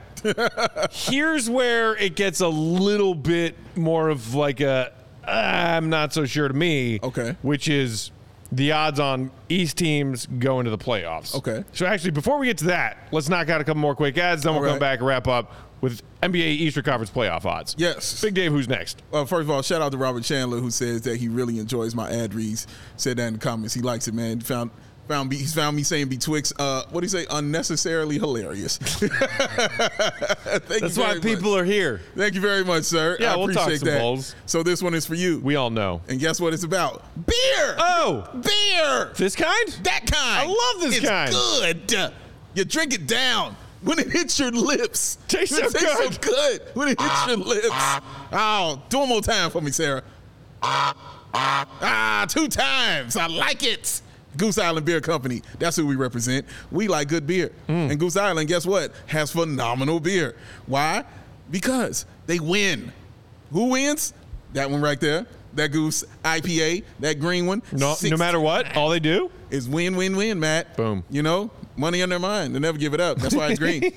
S1: Here's where it gets a little bit more of like a uh, I'm not so sure to me.
S2: Okay.
S1: Which is the odds on East teams going to the playoffs.
S2: Okay.
S1: So actually, before we get to that, let's knock out a couple more quick ads. Then we'll
S2: All
S1: come
S2: right.
S1: back and wrap up with NBA Eastern Conference playoff odds.
S2: Yes.
S1: Big Dave, who's next?
S2: Well, first of all, shout out to Robert Chandler who says that he really enjoys my ad reads. Said that in the comments. He likes it, man. Found found me, he's found me saying betwixt. Uh, what do you say? Unnecessarily hilarious.
S1: That's why people are here.
S2: Thank you very much, sir.
S1: Yeah,
S2: I
S1: we'll talk
S2: appreciate
S1: some
S2: that.
S1: balls.
S2: So this one is for you.
S1: We all know.
S2: and guess what it's about? Beer.
S1: Oh,
S2: beer.
S1: this kind?
S2: That kind.
S1: I love this
S2: it's
S1: kind.
S2: good. You drink it down. When it hits your lips,
S1: Tastes
S2: it
S1: so
S2: tastes
S1: good.
S2: so good. When it hits your lips. Oh, do one more time for me, Sarah. Ah, two times. I like it. Goose Island Beer Company. That's who we represent. We like good beer.
S1: Mm.
S2: And Goose Island, guess what? Has phenomenal beer. Why? Because they win. Who wins? That one right there. That Goose IPA. That green one.
S1: No, no
S2: Six-
S1: matter what, all they do.
S2: it's win, win, win, Matt.
S1: Boom.
S2: You know, money on their mind. They never give it up. That's why it's green.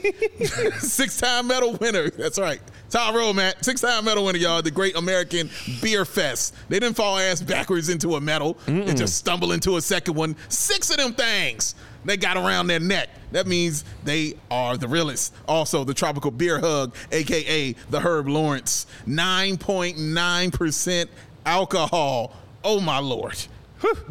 S2: Six time medal winner. That's right. Tyrone, Matt. Six time medal winner, y'all. The Great American Beer Fest. They didn't fall ass backwards into a medal. They just stumbled into a second one. Six of them things they got around their neck. That means they are the realest. Also, the Tropical Beer Hug, AKA the Herb Lawrence. 9.9% alcohol. Oh, my Lord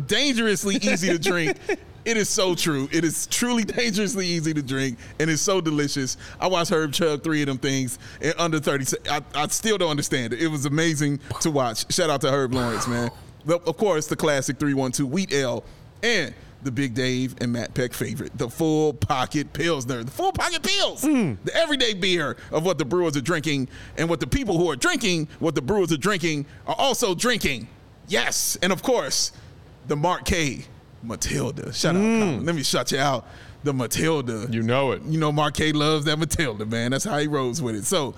S2: dangerously easy to drink. It is so true. It is truly dangerously easy to drink, and it's so delicious. I watched Herb chug three of them things in under 30 se- I, I still don't understand it. It was amazing to watch. Shout out to Herb Lawrence, man. But of course, the classic 312 Wheat Ale and the Big Dave and Matt Peck favorite, the Full Pocket Pilsner. The Full Pocket Pills, the everyday beer of what the brewers are drinking and what the people who are drinking what the brewers are drinking are also drinking. Yes. And of course, the Mark K. Matilda. Shout out, Colin. Let me shut you out. The Matilda.
S1: Mm. You know it.
S2: You know, Marquez loves that Matilda, man. That's how he rolls with it. So,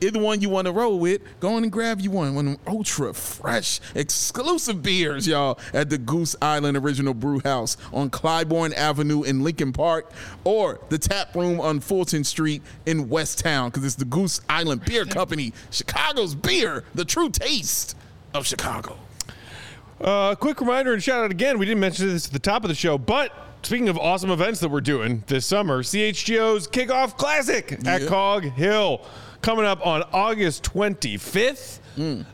S2: either one you want to roll with, go on and grab you one. One of them ultra fresh, exclusive beers, y'all, at the Goose Island Original Brew House on Clybourne Avenue in Lincoln Park or the tap room on Fulton Street in West Town because it's the Goose Island Beer Company, Chicago's beer, the true taste of Chicago.
S1: Uh, quick reminder and shout out again. We didn't mention this at the top of the show, but speaking of awesome events that we're doing this summer, CHGO's Kickoff Classic at
S2: Yeah.
S1: Cog Hill coming up on August 25th.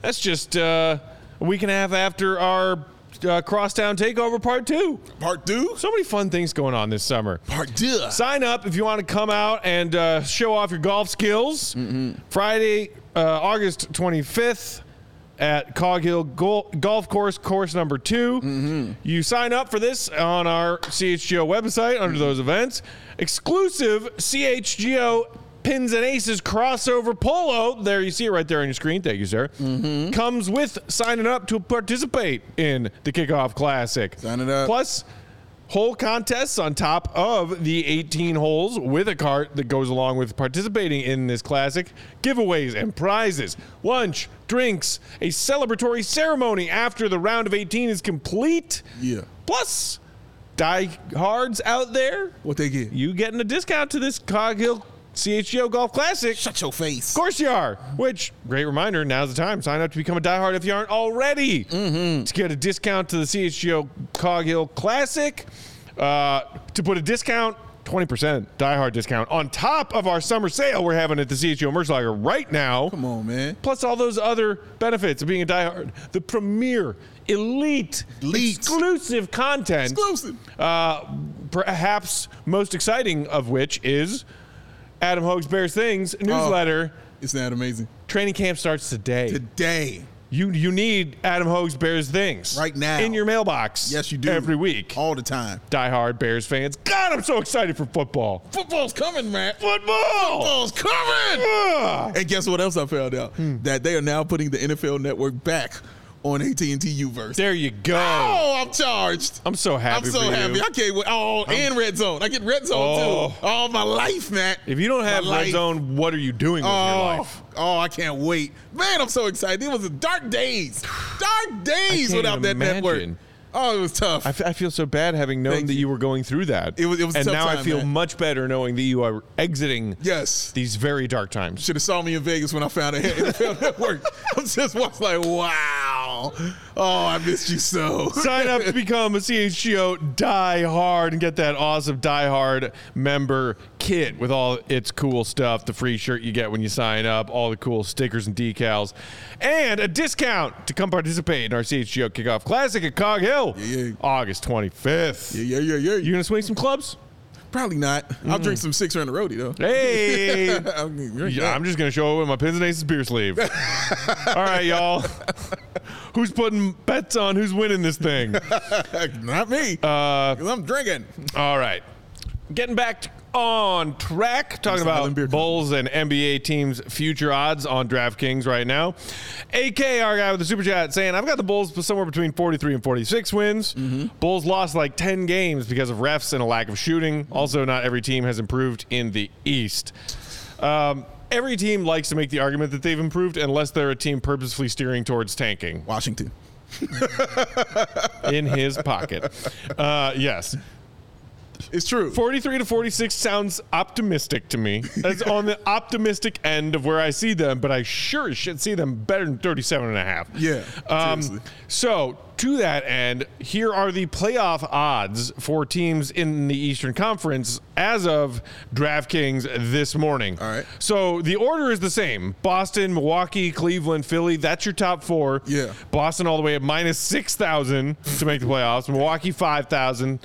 S1: That's just uh, a week and a half after our uh, Crosstown Takeover Part 2.
S2: Part two?
S1: So many fun things going on this summer.
S2: Part two.
S1: Sign up if you want to come out and uh, show off your golf skills.
S2: Mm-hmm.
S1: Friday, uh, August 25th at Cog Hill Gol- Golf Course, course number 2
S2: Mm-hmm.
S1: You sign up for this on our CHGO website
S2: Mm-hmm.
S1: under those events. Exclusive CHGO Pins and Aces crossover polo. There, you see it right there on your screen. Thank you, sir.
S2: Mm-hmm.
S1: Comes with signing up to participate in the Kickoff Classic.
S2: Sign it up.
S1: Plus, whole contests on top of the 18 holes with a cart that goes along with participating in this classic giveaways and prizes lunch drinks a celebratory ceremony after the round of 18 is complete
S2: Yeah.
S1: plus die hards out there
S2: What they get?
S1: you getting a discount to this cog hill chgo golf classic
S2: Shut your face.
S1: of course you are. Which great reminder. Now's the time. Sign up to become a diehard if you aren't already
S2: Mm-hmm.
S1: to get a discount to the CHGO Cog Hill Classic. Uh, to put a discount. 20% diehard discount on top of our summer sale we're having at the CHGO Merch Lager right now.
S2: Come on, man.
S1: Plus all those other benefits of being a diehard. The premier, elite,
S2: Elite.
S1: exclusive content.
S2: Exclusive.
S1: Uh, perhaps most exciting of which is Adam Hoag's Bears Things
S2: Oh.
S1: newsletter.
S2: Isn't that amazing?
S1: Training camp starts today.
S2: Today.
S1: you you need Adam Hoag's Bears Things
S2: Right now.
S1: in your mailbox.
S2: Yes, you do.
S1: every week.
S2: All the time.
S1: Die hard Bears fans. God, I'm so excited for football.
S2: Football's coming, man.
S1: Football.
S2: Football's coming.
S1: Ah!
S2: And guess what else I found out?
S1: Hmm.
S2: That they are now putting the NFL network back on AT&T Uverse.
S1: There you go.
S2: Oh, I'm charged.
S1: I'm so
S2: I'm
S1: happy.
S2: so
S1: for
S2: happy.
S1: You.
S2: I can't wait. Oh, and Red Zone. I get Red Zone,
S1: Oh.
S2: too. Oh, my life, Matt.
S1: If you don't have
S2: My
S1: red
S2: life.
S1: zone, what are you doing with
S2: Oh,
S1: your life?
S2: oh, I can't wait. Man, I'm so excited. It was a dark days. Dark days
S1: can't
S2: without
S1: even
S2: that network.
S1: imagine.
S2: Oh, it was tough.
S1: I, f- I feel so bad having known
S2: Thank
S1: that
S2: you.
S1: you. were going through that.
S2: It was- it was a
S1: and
S2: tough
S1: now I
S2: time,
S1: feel
S2: man.
S1: much better knowing that you are exiting
S2: yes.
S1: these very dark times.
S2: Should have saw me in Vegas when I found out it had NFL Network. I'm just was like, wow. Oh, I missed you so.
S1: Sign up to become a CHGO Die Hard and get that awesome Die Hard member kit with all its cool stuff, the free shirt you get when you sign up, all the cool stickers and decals, and a discount to come participate in our CHGO Kickoff Classic at Cog Hill,
S2: Yeah, yeah.
S1: August 25th.
S2: Yeah, yeah, yeah,
S1: You
S2: yeah.
S1: gonna swing some clubs?
S2: Probably not. I'll drink some six in a roadie though.
S1: Hey!
S2: I'll drink
S1: Yeah,
S2: that.
S1: I'm just gonna show up with my pins and aces beer sleeve. All right, y'all. who's putting bets on who's winning this thing?
S2: not me. Uh, I'm drinking.
S1: All right. Getting back on track, talking
S2: Island Beer
S1: about
S2: Company.
S1: Bulls and NBA teams' future odds on DraftKings right now. AK, our guy with the super chat, saying, I've got the Bulls somewhere between 43 and 46 wins. Bulls lost like 10 games because of refs and a lack of shooting. Also, not every team has improved in the East. Um, every team likes to make the argument that they've improved unless they're a team purposefully steering towards tanking
S2: Washington.
S1: in his pocket. Uh, yes.
S2: It's true.
S1: 43 to 46 sounds optimistic to me. That's on the optimistic end of where I see them, but I sure as shit see them better than 37 and a half.
S2: Yeah,
S1: Um,
S2: seriously.
S1: so, to that end, here are the playoff odds for teams in the Eastern Conference as of DraftKings this morning.
S2: All right.
S1: So, the order is the same Boston, Milwaukee, Cleveland, Philly. That's your top four.
S2: Yeah.
S1: Boston all the way at minus 6,000 to make the playoffs. Milwaukee, 5,000.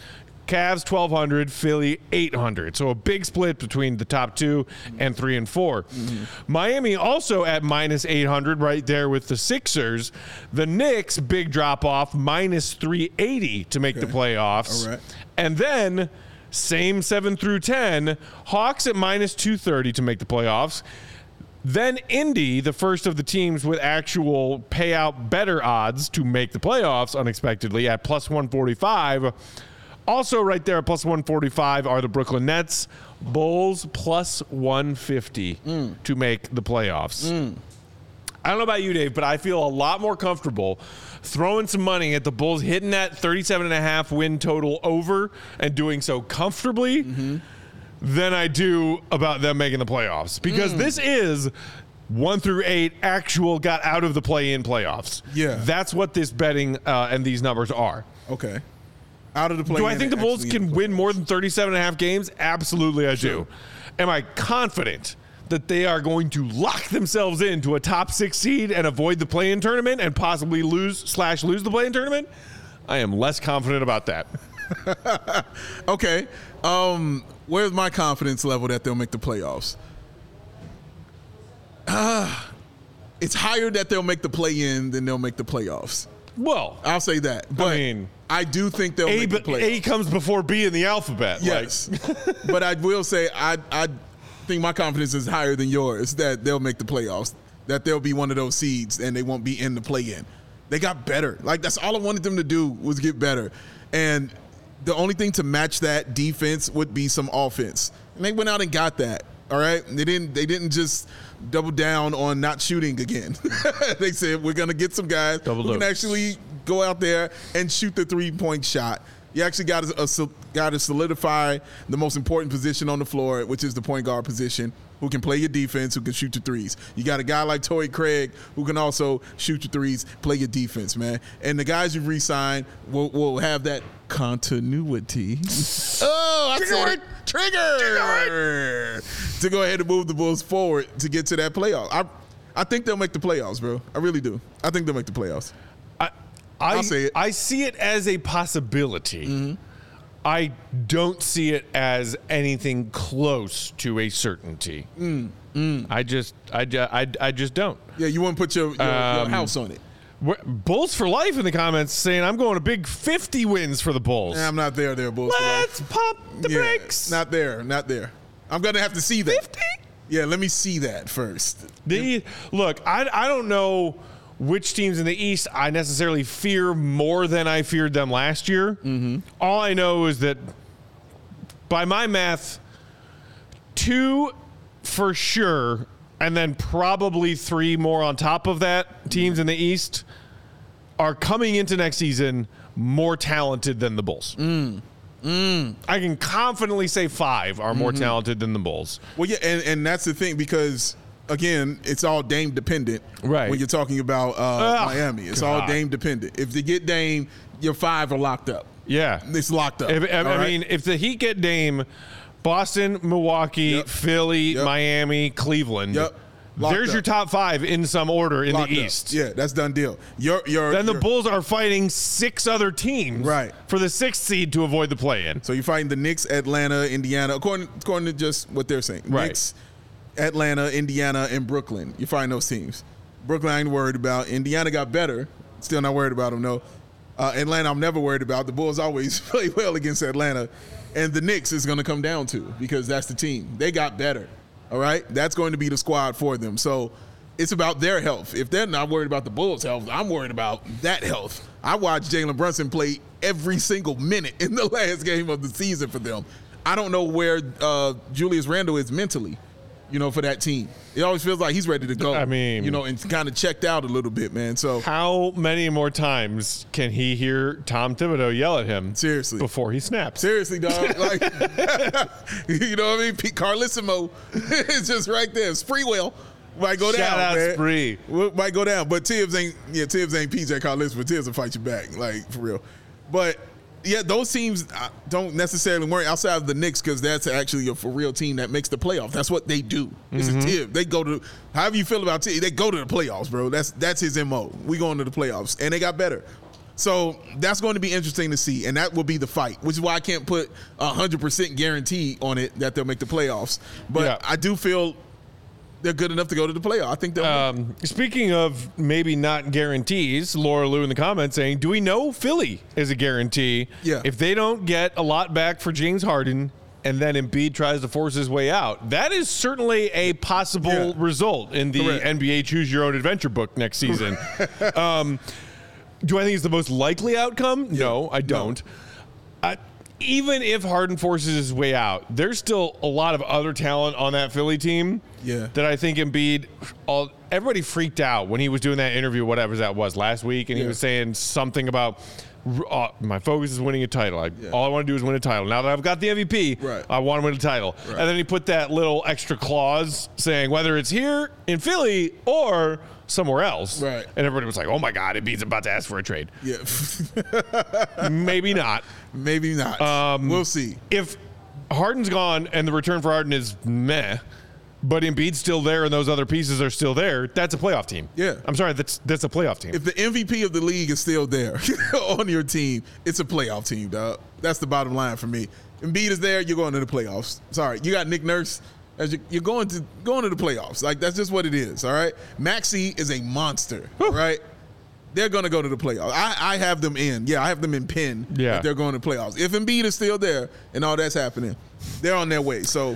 S1: Cavs 1,200, Philly 800. So a big split between the top two and three and 4
S2: Mm-hmm.
S1: Miami also at minus 800, right there with the Sixers. The Knicks, big drop off, minus 380 to make the playoffs.
S2: All right.
S1: And then same 7 through 10, Hawks at minus 230 to make the playoffs. Then Indy, the first of the teams with actual payout better odds to make the playoffs unexpectedly at plus 145. Also, right there at plus 145 are the Brooklyn Nets, Bulls plus 150 to make the playoffs. I don't know about you, Dave, but I feel a lot more comfortable throwing some money at the Bulls hitting that 37 and a half win total over and doing so comfortably than I do about them making the playoffs because this is one through eight actual got out of the play in playoffs.
S2: Yeah.
S1: That's what this betting uh, and these numbers are.
S2: Okay. Out of the play.
S1: Do I
S2: and
S1: think the Bulls
S2: actually in
S1: can
S2: the play.
S1: win more than 37 and a half games? Absolutely, I do. Am I confident that they are going to lock themselves into a top six seed and avoid the play-in tournament and possibly lose slash lose the play-in tournament? I am less confident about that.
S2: Okay. Um, where's my confidence level that they'll make the playoffs? Ah, it's higher that they'll make the play in than they'll make the playoffs.
S1: Well,
S2: I'll say that. But I,
S1: mean,
S2: do think they'll
S1: A,
S2: make the
S1: but
S2: playoffs.
S1: A comes before B in the alphabet.
S2: yes. but I will say I I think my confidence is higher than yours that they'll make the playoffs. That they'll be one of those seeds and they won't be in the play in. They got better. Like that's all I wanted them to do was get better. And the only thing to match that defense would be some offense. And they went out and got that. All right. They didn't they didn't just double down on not shooting again. they said we're gonna get some guys
S1: Double
S2: who can
S1: dose.
S2: actually go out there and shoot the three point shot. You actually got to, got to solidify the most important position on the floor, which is the point guard position, who can play your defense, who can shoot your threes. You got a guy like Torrey Craig who can also shoot your threes, play your defense, man. And the guys you re-sign will, will have that continuity. oh, I said it. Trigger. To go ahead and move the Bulls forward to get to that playoff. I, I think they'll make the playoffs, bro. I really do. I think they'll make the playoffs.
S1: I, I,
S2: I'll say it. Mm-hmm.
S1: I see it as a possibility. I don't see it as anything close to a certainty.
S2: Mm,
S1: I just, I, ju- I, I just don't.
S2: Yeah, you wouldn't put your, your, your
S1: Um,
S2: house on it.
S1: we Bulls for life in the comments saying I'm going a big 50 wins for the Bulls.
S2: Nah, I'm not there, there, Bulls. for life.
S1: Let's pop the
S2: Yeah,
S1: brakes.
S2: Not there, not there. I'm gonna have to see that.
S1: 50?
S2: Yeah, let me see that first.
S1: The, look, I, I don't know which teams in the East I necessarily fear more than I feared them last year. Mm-hmm. All I know is that by my math, two for sure, and then probably three more on top of that teams in the East are coming into next season more talented than the Bulls. I can confidently say five are more talented than the Bulls.
S2: Well, yeah, and, and that's the thing because again, it's all Dame dependent.
S1: Right.
S2: When you're talking about uh,
S1: Ugh,
S2: Miami, it's all
S1: God.
S2: Dame dependent. If they get Dame, your five are locked up.
S1: Yeah.
S2: It's locked up.
S1: If, I,
S2: all
S1: I
S2: right?
S1: mean, if the Heat get Dame, Boston, Milwaukee,
S2: Yep.
S1: Philly,
S2: Yep.
S1: Miami, Cleveland,
S2: Yep. Locked
S1: there's
S2: up.
S1: your top five in some order in
S2: Locked
S1: the
S2: up.
S1: East.
S2: Yeah, that's done deal. Your your
S1: Then the
S2: your-
S1: Bulls are fighting six other teams
S2: Right.
S1: for the sixth seed to avoid the play-in.
S2: So you're fighting the Knicks, Atlanta, Indiana, according according to just what they're saying.
S1: Right.
S2: Knicks, Atlanta, Indiana, and Brooklyn. You're fighting those teams. Brooklyn, I ain't worried about. Indiana got better. Still not worried about them. No. Uh, Atlanta, I'm never worried about. The Bulls always play well against Atlanta, and the Knicks is going to come down to because that's the team they got better. All right, that's going to be the squad for them. So it's about their health. If they're not worried about the Bulls' health, I'm worried about that health. I watched Jalen Brunson play every single minute in the last game of the season for them. I don't know where uh, Julius Randle is mentally, you know, for that team. It always feels like he's ready to go.
S1: I mean-
S2: you know, and kind of checked out a little bit, man. So
S1: How many more times can he hear Tom Thibodeau yell at him
S2: seriously,
S1: before he snaps?
S2: Seriously, dog. Like, you know what I mean? Pete Carlissimo is just right there. Spreewell might go
S1: Shout
S2: down.
S1: out
S2: man.
S1: Spree.
S2: Well, Might go down. But Tibbs ain't, yeah, Tibbs ain't PJ Carlissimo. but Tibbs will fight you back, like, for real. But, yeah, those teams uh, don't necessarily worry outside of the Knicks because that's actually a for real team that makes the playoffs. That's what they do. It's a Tibbs. They go to, however you feel about Tibbs, they go to the playoffs, bro. That's, that's his MO. We going to the playoffs. And they got better. So that's going to be interesting to see, and that will be the fight, which is why I can't put a hundred percent guarantee on it that they'll make the playoffs. But
S1: Yeah.
S2: I do feel they're good enough to go to the playoff. I think they'll.
S1: Um, speaking of maybe not guarantees, Laura Lou in the comments saying, "Do we know Philly is a guarantee?
S2: Yeah.
S1: If they don't get a lot back for James Harden, and then Embiid tries to force his way out, that is certainly a possible
S2: Yeah.
S1: result in the
S2: Correct.
S1: NBA Choose Your Own Adventure book next season." um, do I think it's the most likely outcome? No, I don't. I, even if Harden forces his way out, there's still a lot of other talent on that Philly team.
S2: Yeah.
S1: That I think Embiid, all everybody freaked out when he was doing that interview, whatever that was last week, and he
S2: Yeah.
S1: was saying something about. Uh, my focus is winning a title. I, All I want to do is win a title. Now that I've got the MVP,
S2: Right.
S1: I want to win a title. And then he put that little extra clause saying whether it's here in Philly or somewhere else.
S2: Right.
S1: And everybody was like, "Oh my God, Embiid's about to ask for a trade."
S2: yeah,
S1: Maybe not.
S2: maybe not.
S1: Um,
S2: we'll see.
S1: if Harden's gone and the return for Harden is meh, but Embiid's still there and those other pieces are still there, that's a playoff team.
S2: Yeah.
S1: I'm sorry, that's that's a playoff team.
S2: If the MVP of the league is still there on your team, it's a playoff team, dog. That's the bottom line for me. Embiid is there, you're going to the playoffs. Sorry, you got Nick Nurse. As you, you're going to going to the playoffs, like that's just what it is. All right, Maxi is a monster, right? They're going to go to the playoffs. I, I have them in. Yeah, I have them in pin.
S1: Yeah.
S2: that they're going to playoffs. If Embiid is still there and all that's happening, they're on their way. So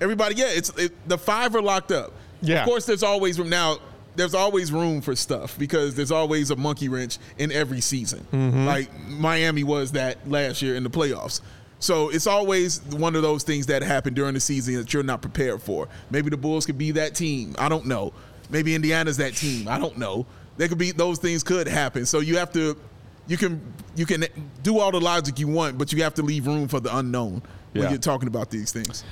S2: everybody, yeah, it's it, the five are locked up.
S1: Yeah.
S2: of course there's always room now there's always room for stuff because there's always a monkey wrench in every season
S1: Mm-hmm.
S2: like miami was that last year in the playoffs so it's always one of those things that happen during the season that you're not prepared for maybe the bulls could be that team i don't know maybe indiana's that team i don't know they could be those things could happen so you have to you can you can do all the logic you want but you have to leave room for the unknown
S1: Yeah.
S2: when you're talking about these things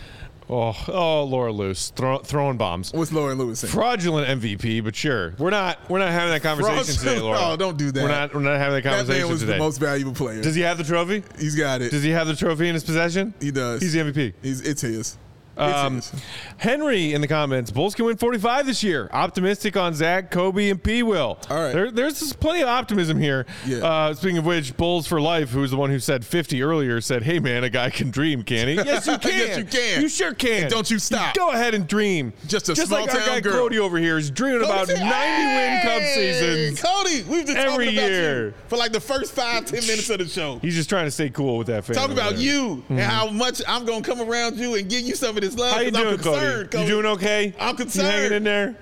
S1: oh, oh, Laura Luce throw, throwing bombs.
S2: what's lauren lewis saying
S1: Fraudulent MVP, but sure, we're not we're not having that conversation today,
S2: Fraudulent-
S1: Laura.
S2: Oh, don't do that.
S1: We're not we're not having that
S2: That
S1: conversation
S2: man was
S1: today.
S2: the most valuable player.
S1: Does he have the trophy?
S2: He's got it.
S1: Does he have the trophy in his possession?
S2: he does.
S1: He's the MVP.
S2: He's, it's his. It's
S1: Um,
S2: his.
S1: Henry in the comments, Bulls can win 45 this year. Optimistic on Zach, Kobe, and P. Will.
S2: All right.
S1: There, there's just plenty of optimism here.
S2: Yeah.
S1: Uh, speaking of which, Bulls for Life, who's the one who said 50 earlier, said, Hey, man, a guy can dream, can he? Yes, you can.
S2: Yes, you can.
S1: You sure can.
S2: And don't you stop.
S1: go ahead and dream.
S2: Just a
S1: just like our
S2: small-town
S1: guy
S2: girl.
S1: Cody over here is dreaming about 90 win cup
S2: Hey,
S1: seasons.
S2: Cody, we've been
S1: every
S2: talking about
S1: year.
S2: you for like the first five, ten minutes of the show.
S1: He's just trying to stay cool with that family.
S2: Talk about
S1: there.
S2: you and how much I'm gonna come around you and give you some of this
S1: Mm-hmm.
S2: love.
S1: How you
S2: 'cause
S1: doing,
S2: I'm concerned,
S1: Cody? You doing okay?
S2: I'm concerned.
S1: You hanging in there?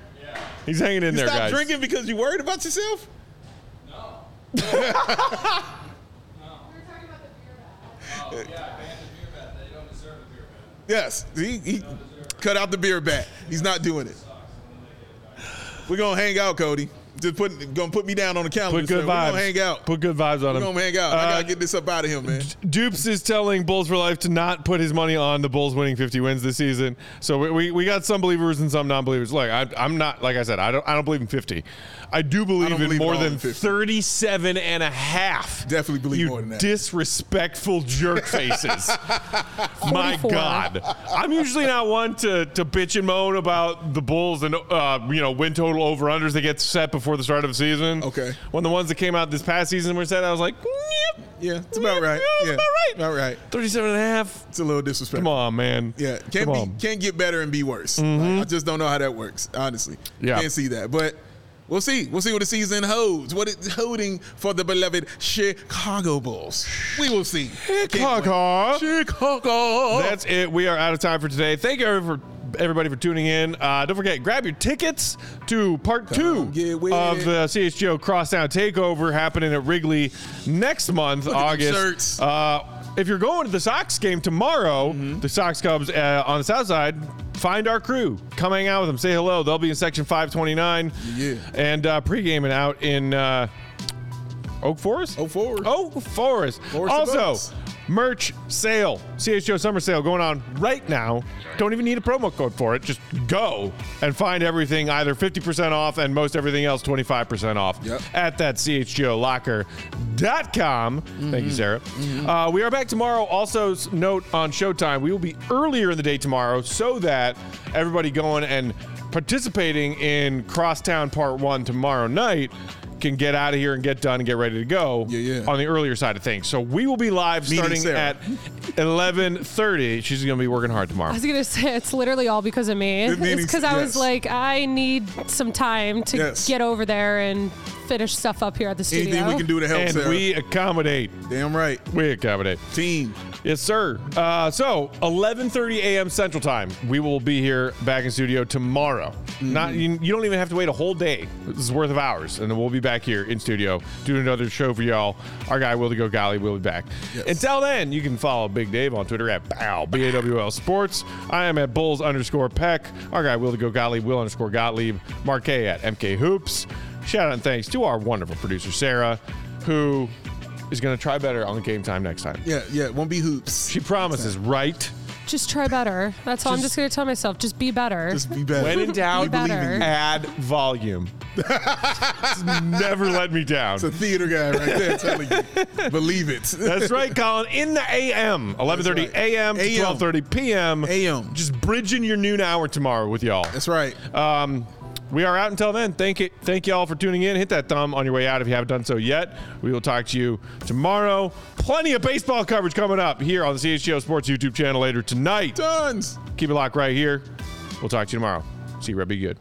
S1: He's hanging in there,
S2: Stop
S1: guys.
S2: drinking because you worried about yourself. Yes, he, he cut out the beer bat. He's not doing it. We're gonna hang out, Cody. Just put gonna put me down on the calendar.
S1: Put good vibes.
S2: sir. We're gonna hang out.
S1: Put good vibes on
S2: We're
S1: him.
S2: gonna hang out. I
S1: Uh,
S2: gotta get this up out of here, man.
S1: Dupes is telling Bulls for Life to not put his money on the Bulls winning 50 wins this season. So we, we, we got some believers and some non-believers. Like I, I'm not like I said, I don't I don't believe in 50. I do believe
S2: don't
S1: in
S2: believe
S1: more
S2: at all
S1: than
S2: in 50.
S1: 37 and a half.
S2: Definitely believe
S1: you
S2: more than that.
S1: disrespectful jerk faces. My
S3: 44.
S1: God, I'm usually not one to to bitch and moan about the Bulls and uh, you know win total over unders that get set before the start of the season.
S2: Okay.
S1: when the ones that came out this past season were set, I was like, yep,
S2: yeah, it's about
S1: yep,
S2: right.
S1: it's
S2: Yeah,
S1: about right.
S2: About right.
S1: 37 and a half.
S2: It's a little disrespectful.
S1: Come on, man.
S2: Yeah,
S1: Come
S2: can't be,
S1: on. Mm-hmm.
S2: can't get better and be worse. Like, I just don't know how that works, honestly.
S1: Yeah.
S2: can't see that, but we'll see. We'll see what the season holds. What it's holding for the beloved Chicago Bulls. We will see. Can't wait.
S1: Chicago.
S2: Chicago.
S1: That's it. We are out of time for today. Thank you everybody for, everybody for tuning in. Uh, don't forget, grab your tickets to part two
S2: get with
S1: of
S2: it.
S1: the CHGO Crosstown Takeover happening at Wrigley next month,
S2: at them
S1: August.
S2: shirts. Mm-hmm.
S1: Uh, if you're going to the Sox game tomorrow, the Sox Cubs uh, on the South Side, find our crew. Come hang out with them. Say hello. They'll be in section 529.
S2: Yeah.
S1: And uh, pre-gaming out in uh, Oak Forest?
S2: Oak Forest.
S1: Oak Forest.
S2: Forest
S1: also,
S2: Bucks.
S1: merch sale, CHGO summer sale going on right now. Don't even need a promo code for it. Just go and find everything either 50% off and most everything else 25% off
S2: Yep.
S1: at that CHGOlocker.com. Thank
S2: Mm-hmm.
S1: you, Sarah. Uh, we are back tomorrow. Also, s- note on Showtime, we will be earlier in the day tomorrow so that everybody going and participating in Crosstown Part 1 tomorrow night can get out of here and get done and get ready to go
S2: Yeah, yeah.
S1: on the earlier side of things. So we will be live starting
S2: Meeting Sarah.
S1: at 11:30. She's going to be working hard tomorrow.
S3: I was gonna say it's literally all because of me.
S2: It means-
S3: It's because I was
S2: yes.
S3: like, I need some time to
S2: Yes.
S3: get over there and finish stuff up here at the studio.
S2: Anything we can do to help,
S1: And
S2: Sarah.
S1: we accommodate.
S2: Damn right.
S1: We accommodate.
S2: Team.
S1: Yes, sir. Uh, so, 11:30 a.m. Central Time. We will be here back in studio tomorrow. Not you, you don't even have to wait a whole day. This is worth of hours, and then we'll be back here in studio doing another show for y'all. Our guy Willie Go Golly will be back.
S2: Yes.
S1: Until then, you can follow Big Dave on Twitter at Bow B A W L Sports. I am at Bulls underscore Peck. Our guy Willie Go Golly Will underscore Gottlieb. Marquet at MK Hoops. Shout out and thanks to our wonderful producer Sarah, who is going to try better on game time next time.
S2: Yeah, yeah. It won't be hoops.
S1: She promises, right?
S3: Just try better. That's all I'm
S1: Just-
S3: just gonna tell myself. Just be better.
S2: Just be better.
S1: When in doubt,
S3: Be better.
S2: believe in you.
S1: add volume. Just Never let me down.
S2: It's a theater guy right there telling you. Believe it.
S1: That's right, Colin. In the AM, 11:30
S2: right.
S1: AM to
S2: AM.
S1: 12:30 PM.
S2: AM.
S1: Just bridging your noon hour tomorrow with y'all.
S2: That's right.
S1: Um, we are out until then. Thank it. Thank y'all for tuning in. Hit that thumb on your way out if you haven't done so yet. We will talk to you tomorrow. Plenty of baseball coverage coming up here on the CHGO Sports YouTube channel later tonight.
S2: Tons.
S1: Keep it locked right here. We'll talk to you tomorrow. See you, Red. Be good.